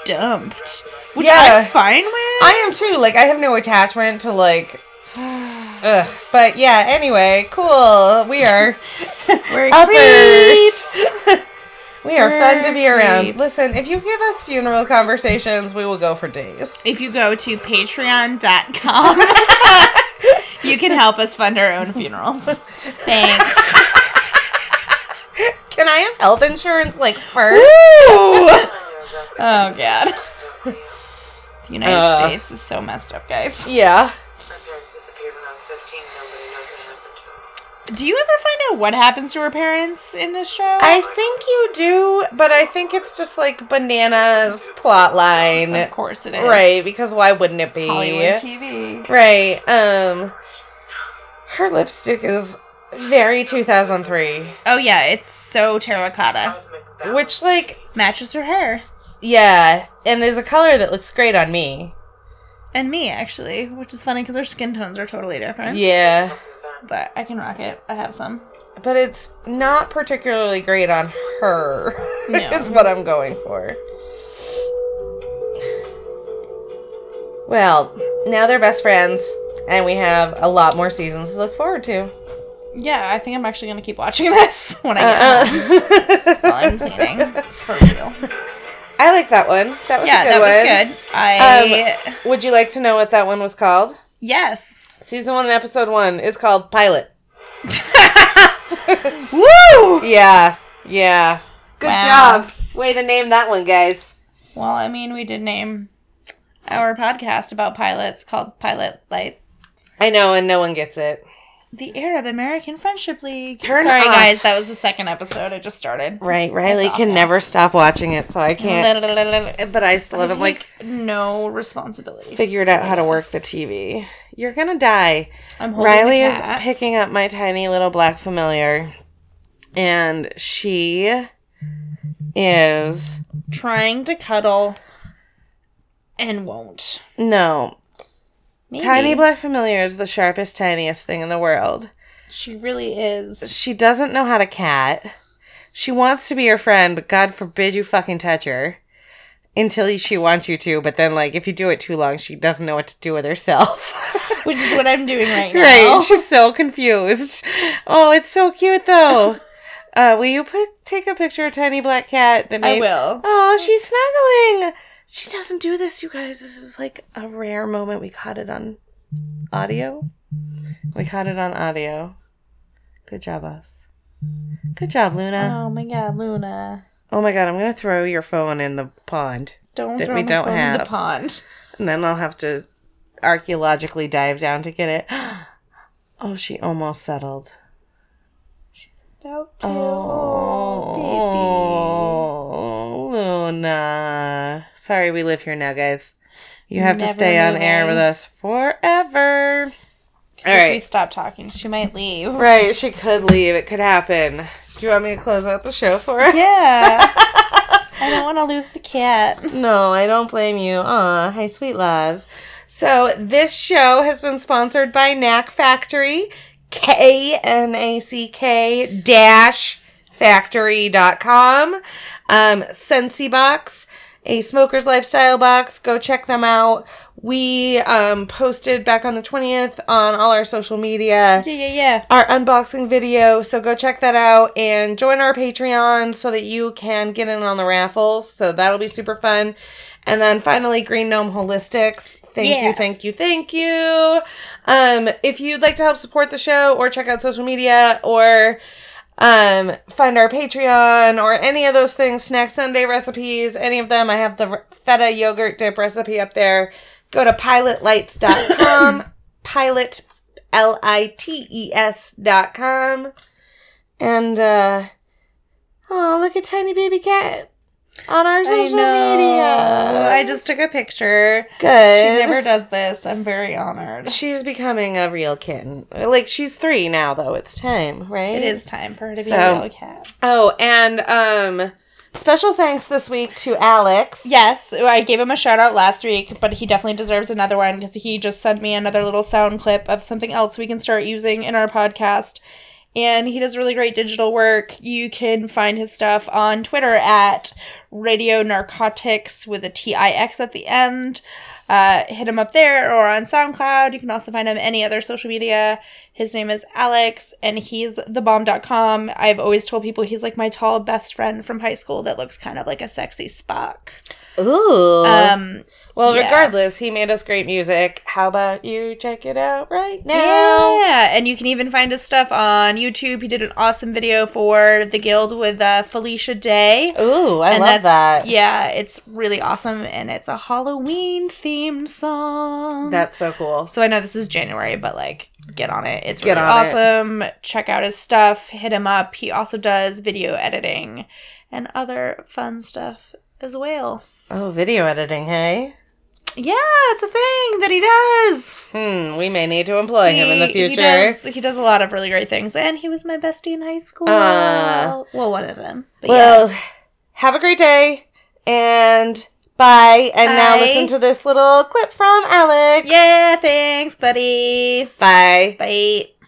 [SPEAKER 1] dumped, which
[SPEAKER 2] Yeah.
[SPEAKER 1] I'm fine with.
[SPEAKER 2] I am too. Like I have no attachment to like *sighs* Ugh. But yeah, anyway, cool. We are
[SPEAKER 1] We're
[SPEAKER 2] uppers. we are fun to be
[SPEAKER 1] We're
[SPEAKER 2] around.
[SPEAKER 1] creeps.
[SPEAKER 2] Listen, if you give us funeral conversations, we will go for days.
[SPEAKER 1] If you go to patreon.com, *laughs* you can help us fund our own funerals.
[SPEAKER 2] *laughs*
[SPEAKER 1] Thanks.
[SPEAKER 2] Can I have health insurance like first?
[SPEAKER 1] Oh, God. The United
[SPEAKER 2] Uh.
[SPEAKER 1] States is so messed up, guys.
[SPEAKER 2] Yeah.
[SPEAKER 3] My parents disappeared when I was 15. Nobody knows what happened to them.
[SPEAKER 1] Do you ever find out what happens to her parents in this show?
[SPEAKER 2] I think you do, but I think it's this like bananas plot line.
[SPEAKER 1] of course it is.
[SPEAKER 2] Right, because why wouldn't it be?
[SPEAKER 1] Hollywood TV.
[SPEAKER 2] Right. Um her lipstick is very 2003,
[SPEAKER 1] Oh, yeah, it's so terracotta.
[SPEAKER 2] which like
[SPEAKER 1] Matches her hair.
[SPEAKER 2] yeah, and is a color that looks great on me.
[SPEAKER 1] And me, actually, which is funny because our skin tones are totally different.
[SPEAKER 2] Yeah.
[SPEAKER 1] But I can rock it. I have some.
[SPEAKER 2] But it's not particularly great on her. *laughs*
[SPEAKER 1] No.
[SPEAKER 2] is what I'm going for. Well, now they're best friends, and we have a lot more seasons to look forward to.
[SPEAKER 1] Yeah, I think I'm actually going to keep watching *laughs* this when I get
[SPEAKER 2] *laughs*
[SPEAKER 1] home.
[SPEAKER 2] Uh-uh. Uh,
[SPEAKER 1] while I'm cleaning.
[SPEAKER 2] *laughs*
[SPEAKER 1] For real.
[SPEAKER 2] I like that one. That was
[SPEAKER 1] Yeah,
[SPEAKER 2] a good
[SPEAKER 1] that was good. I
[SPEAKER 2] one. Um, would you like to know what that one was called? *laughs*
[SPEAKER 1] yes.
[SPEAKER 2] Season one and episode one is called Pilot.
[SPEAKER 1] Woo!
[SPEAKER 2] Yeah, yeah. Good
[SPEAKER 1] Wow.
[SPEAKER 2] job. Way to name that one, guys.
[SPEAKER 1] Well, I mean, we did name our podcast about pilots called Pilot Lights.
[SPEAKER 2] I know, and no one gets it.
[SPEAKER 1] The Arab American Friendship League.
[SPEAKER 2] Turn
[SPEAKER 1] Sorry,
[SPEAKER 2] off.
[SPEAKER 1] guys, that was the second episode. I just started.
[SPEAKER 2] Right, Riley
[SPEAKER 1] That's
[SPEAKER 2] can
[SPEAKER 1] awful.
[SPEAKER 2] never stop watching it, so I can't. But I still haven't like
[SPEAKER 1] no responsibility.
[SPEAKER 2] figured out how to work the TV. You're gonna die.
[SPEAKER 1] I'm holding the
[SPEAKER 2] Riley is
[SPEAKER 1] cat.
[SPEAKER 2] picking up my tiny little black familiar, and she is
[SPEAKER 1] trying to cuddle and won't.
[SPEAKER 2] no
[SPEAKER 1] Maybe.
[SPEAKER 2] tiny black familiar is the sharpest, tiniest thing in the world.
[SPEAKER 1] She really is.
[SPEAKER 2] She doesn't know how to cat. She wants to be your friend, but God forbid you fucking touch her until she wants you to. But then, like, if you do it too long, she doesn't know what to do with herself. *laughs*
[SPEAKER 1] Which is what I'm doing right now.
[SPEAKER 2] right? She's so confused. Oh, it's so cute though. uh, will you put take a picture of tiny black cat? *laughs* That
[SPEAKER 1] I
[SPEAKER 2] may-
[SPEAKER 1] will.
[SPEAKER 2] Oh, she's snuggling. She doesn't do this, you guys. This is like a rare moment. We caught it on audio. We caught it on audio. Good job, us. Good job, Luna.
[SPEAKER 1] Oh my god, Luna.
[SPEAKER 2] Oh my god, I'm gonna throw your phone in the pond,
[SPEAKER 1] Don't
[SPEAKER 2] That
[SPEAKER 1] throw
[SPEAKER 2] we
[SPEAKER 1] my
[SPEAKER 2] don't
[SPEAKER 1] phone in the
[SPEAKER 2] have.
[SPEAKER 1] pond.
[SPEAKER 2] and then I'll have to archaeologically dive down to get it. *gasps* Oh, she almost settled.
[SPEAKER 1] About to.
[SPEAKER 2] Oh, Luna. Sorry, we live here now, guys. You have to
[SPEAKER 1] Never
[SPEAKER 2] stay on air
[SPEAKER 1] moving.
[SPEAKER 2] with us forever. All
[SPEAKER 1] If we
[SPEAKER 2] right.
[SPEAKER 1] stop talking, she might
[SPEAKER 2] *laughs*
[SPEAKER 1] leave.
[SPEAKER 2] Right, she could leave. It could happen. Do you want me to close out the show for us?
[SPEAKER 1] Yeah. I don't want to lose the cat.
[SPEAKER 2] No, I don't blame you. Aw, hi, sweet love. So, this show has been sponsored by Knack Factory, K N A C K dash factory.com. Um, Scentsy Box, a smoker's lifestyle box. Go check them out. We um, posted back on the 20th on all our social media
[SPEAKER 1] Yeah, yeah, yeah.
[SPEAKER 2] our unboxing video. So go check that out and join our Patreon so that you can get in on the raffles. So that'll be super fun. And then finally, Green Gnome Holistics. Thank you, thank you, thank you. Um, if you'd like to help support the show or check out social media or um find our patreon or any of those things snack sunday recipes any of them i have the re- feta yogurt dip recipe up there go to pilotlights.com pilot l-i-t-e-s E dot com and uh oh look at tiny baby cat on our social media
[SPEAKER 1] I just took a picture. She
[SPEAKER 2] good
[SPEAKER 1] never does this. I'm very honored.
[SPEAKER 2] she's becoming a real kitten like she's three now though it's time right
[SPEAKER 1] It is time for her to be
[SPEAKER 2] So-
[SPEAKER 1] a real cat.
[SPEAKER 2] Oh, and um special thanks this week to Alex.
[SPEAKER 1] Yes, I gave him a shout out last week, but he definitely deserves another one because he just sent me another little sound clip of something else we can start using in our podcast. And he does really great digital work. You can find his stuff on Twitter at Radio Narcotics with a T I X at the end. Uh, hit him up there or on SoundCloud. You can also find him any other social media. His name is Alex, and he's thebomb.com. I've always told people he's like my tall best friend from high school that looks kind of like a sexy Spock.
[SPEAKER 2] Ooh.
[SPEAKER 1] Um,
[SPEAKER 2] Uh, well,
[SPEAKER 1] yeah.
[SPEAKER 2] regardless, he made us great music. How about you check it out right now?
[SPEAKER 1] yeah, and you can even find his stuff on YouTube. He did an awesome video for the Guild with uh, Felicia Day.
[SPEAKER 2] Ooh, I
[SPEAKER 1] and
[SPEAKER 2] love
[SPEAKER 1] that's-
[SPEAKER 2] that.
[SPEAKER 1] Yeah, it's really awesome, and it's a Halloween themed song.
[SPEAKER 2] That's so cool.
[SPEAKER 1] so I know this is January, but like, get on it. It's
[SPEAKER 2] Get
[SPEAKER 1] really
[SPEAKER 2] on it.
[SPEAKER 1] awesome. Check out his stuff. Hit him up. He also does video editing and other fun stuff as well.
[SPEAKER 2] Oh, video editing, hey?
[SPEAKER 1] Yeah, it's a thing that he does.
[SPEAKER 2] Hmm, we may need to employ him in the
[SPEAKER 1] He- He
[SPEAKER 2] future.
[SPEAKER 1] does, he does a lot of really great things, and he was my bestie in high school.
[SPEAKER 2] Ah.
[SPEAKER 1] well, one of them. But
[SPEAKER 2] Well, have a great day and bye. And now
[SPEAKER 1] Bye.
[SPEAKER 2] listen to this little clip from Alex.
[SPEAKER 1] yeah. yeah, thanks, buddy.
[SPEAKER 2] Bye.
[SPEAKER 1] Bye.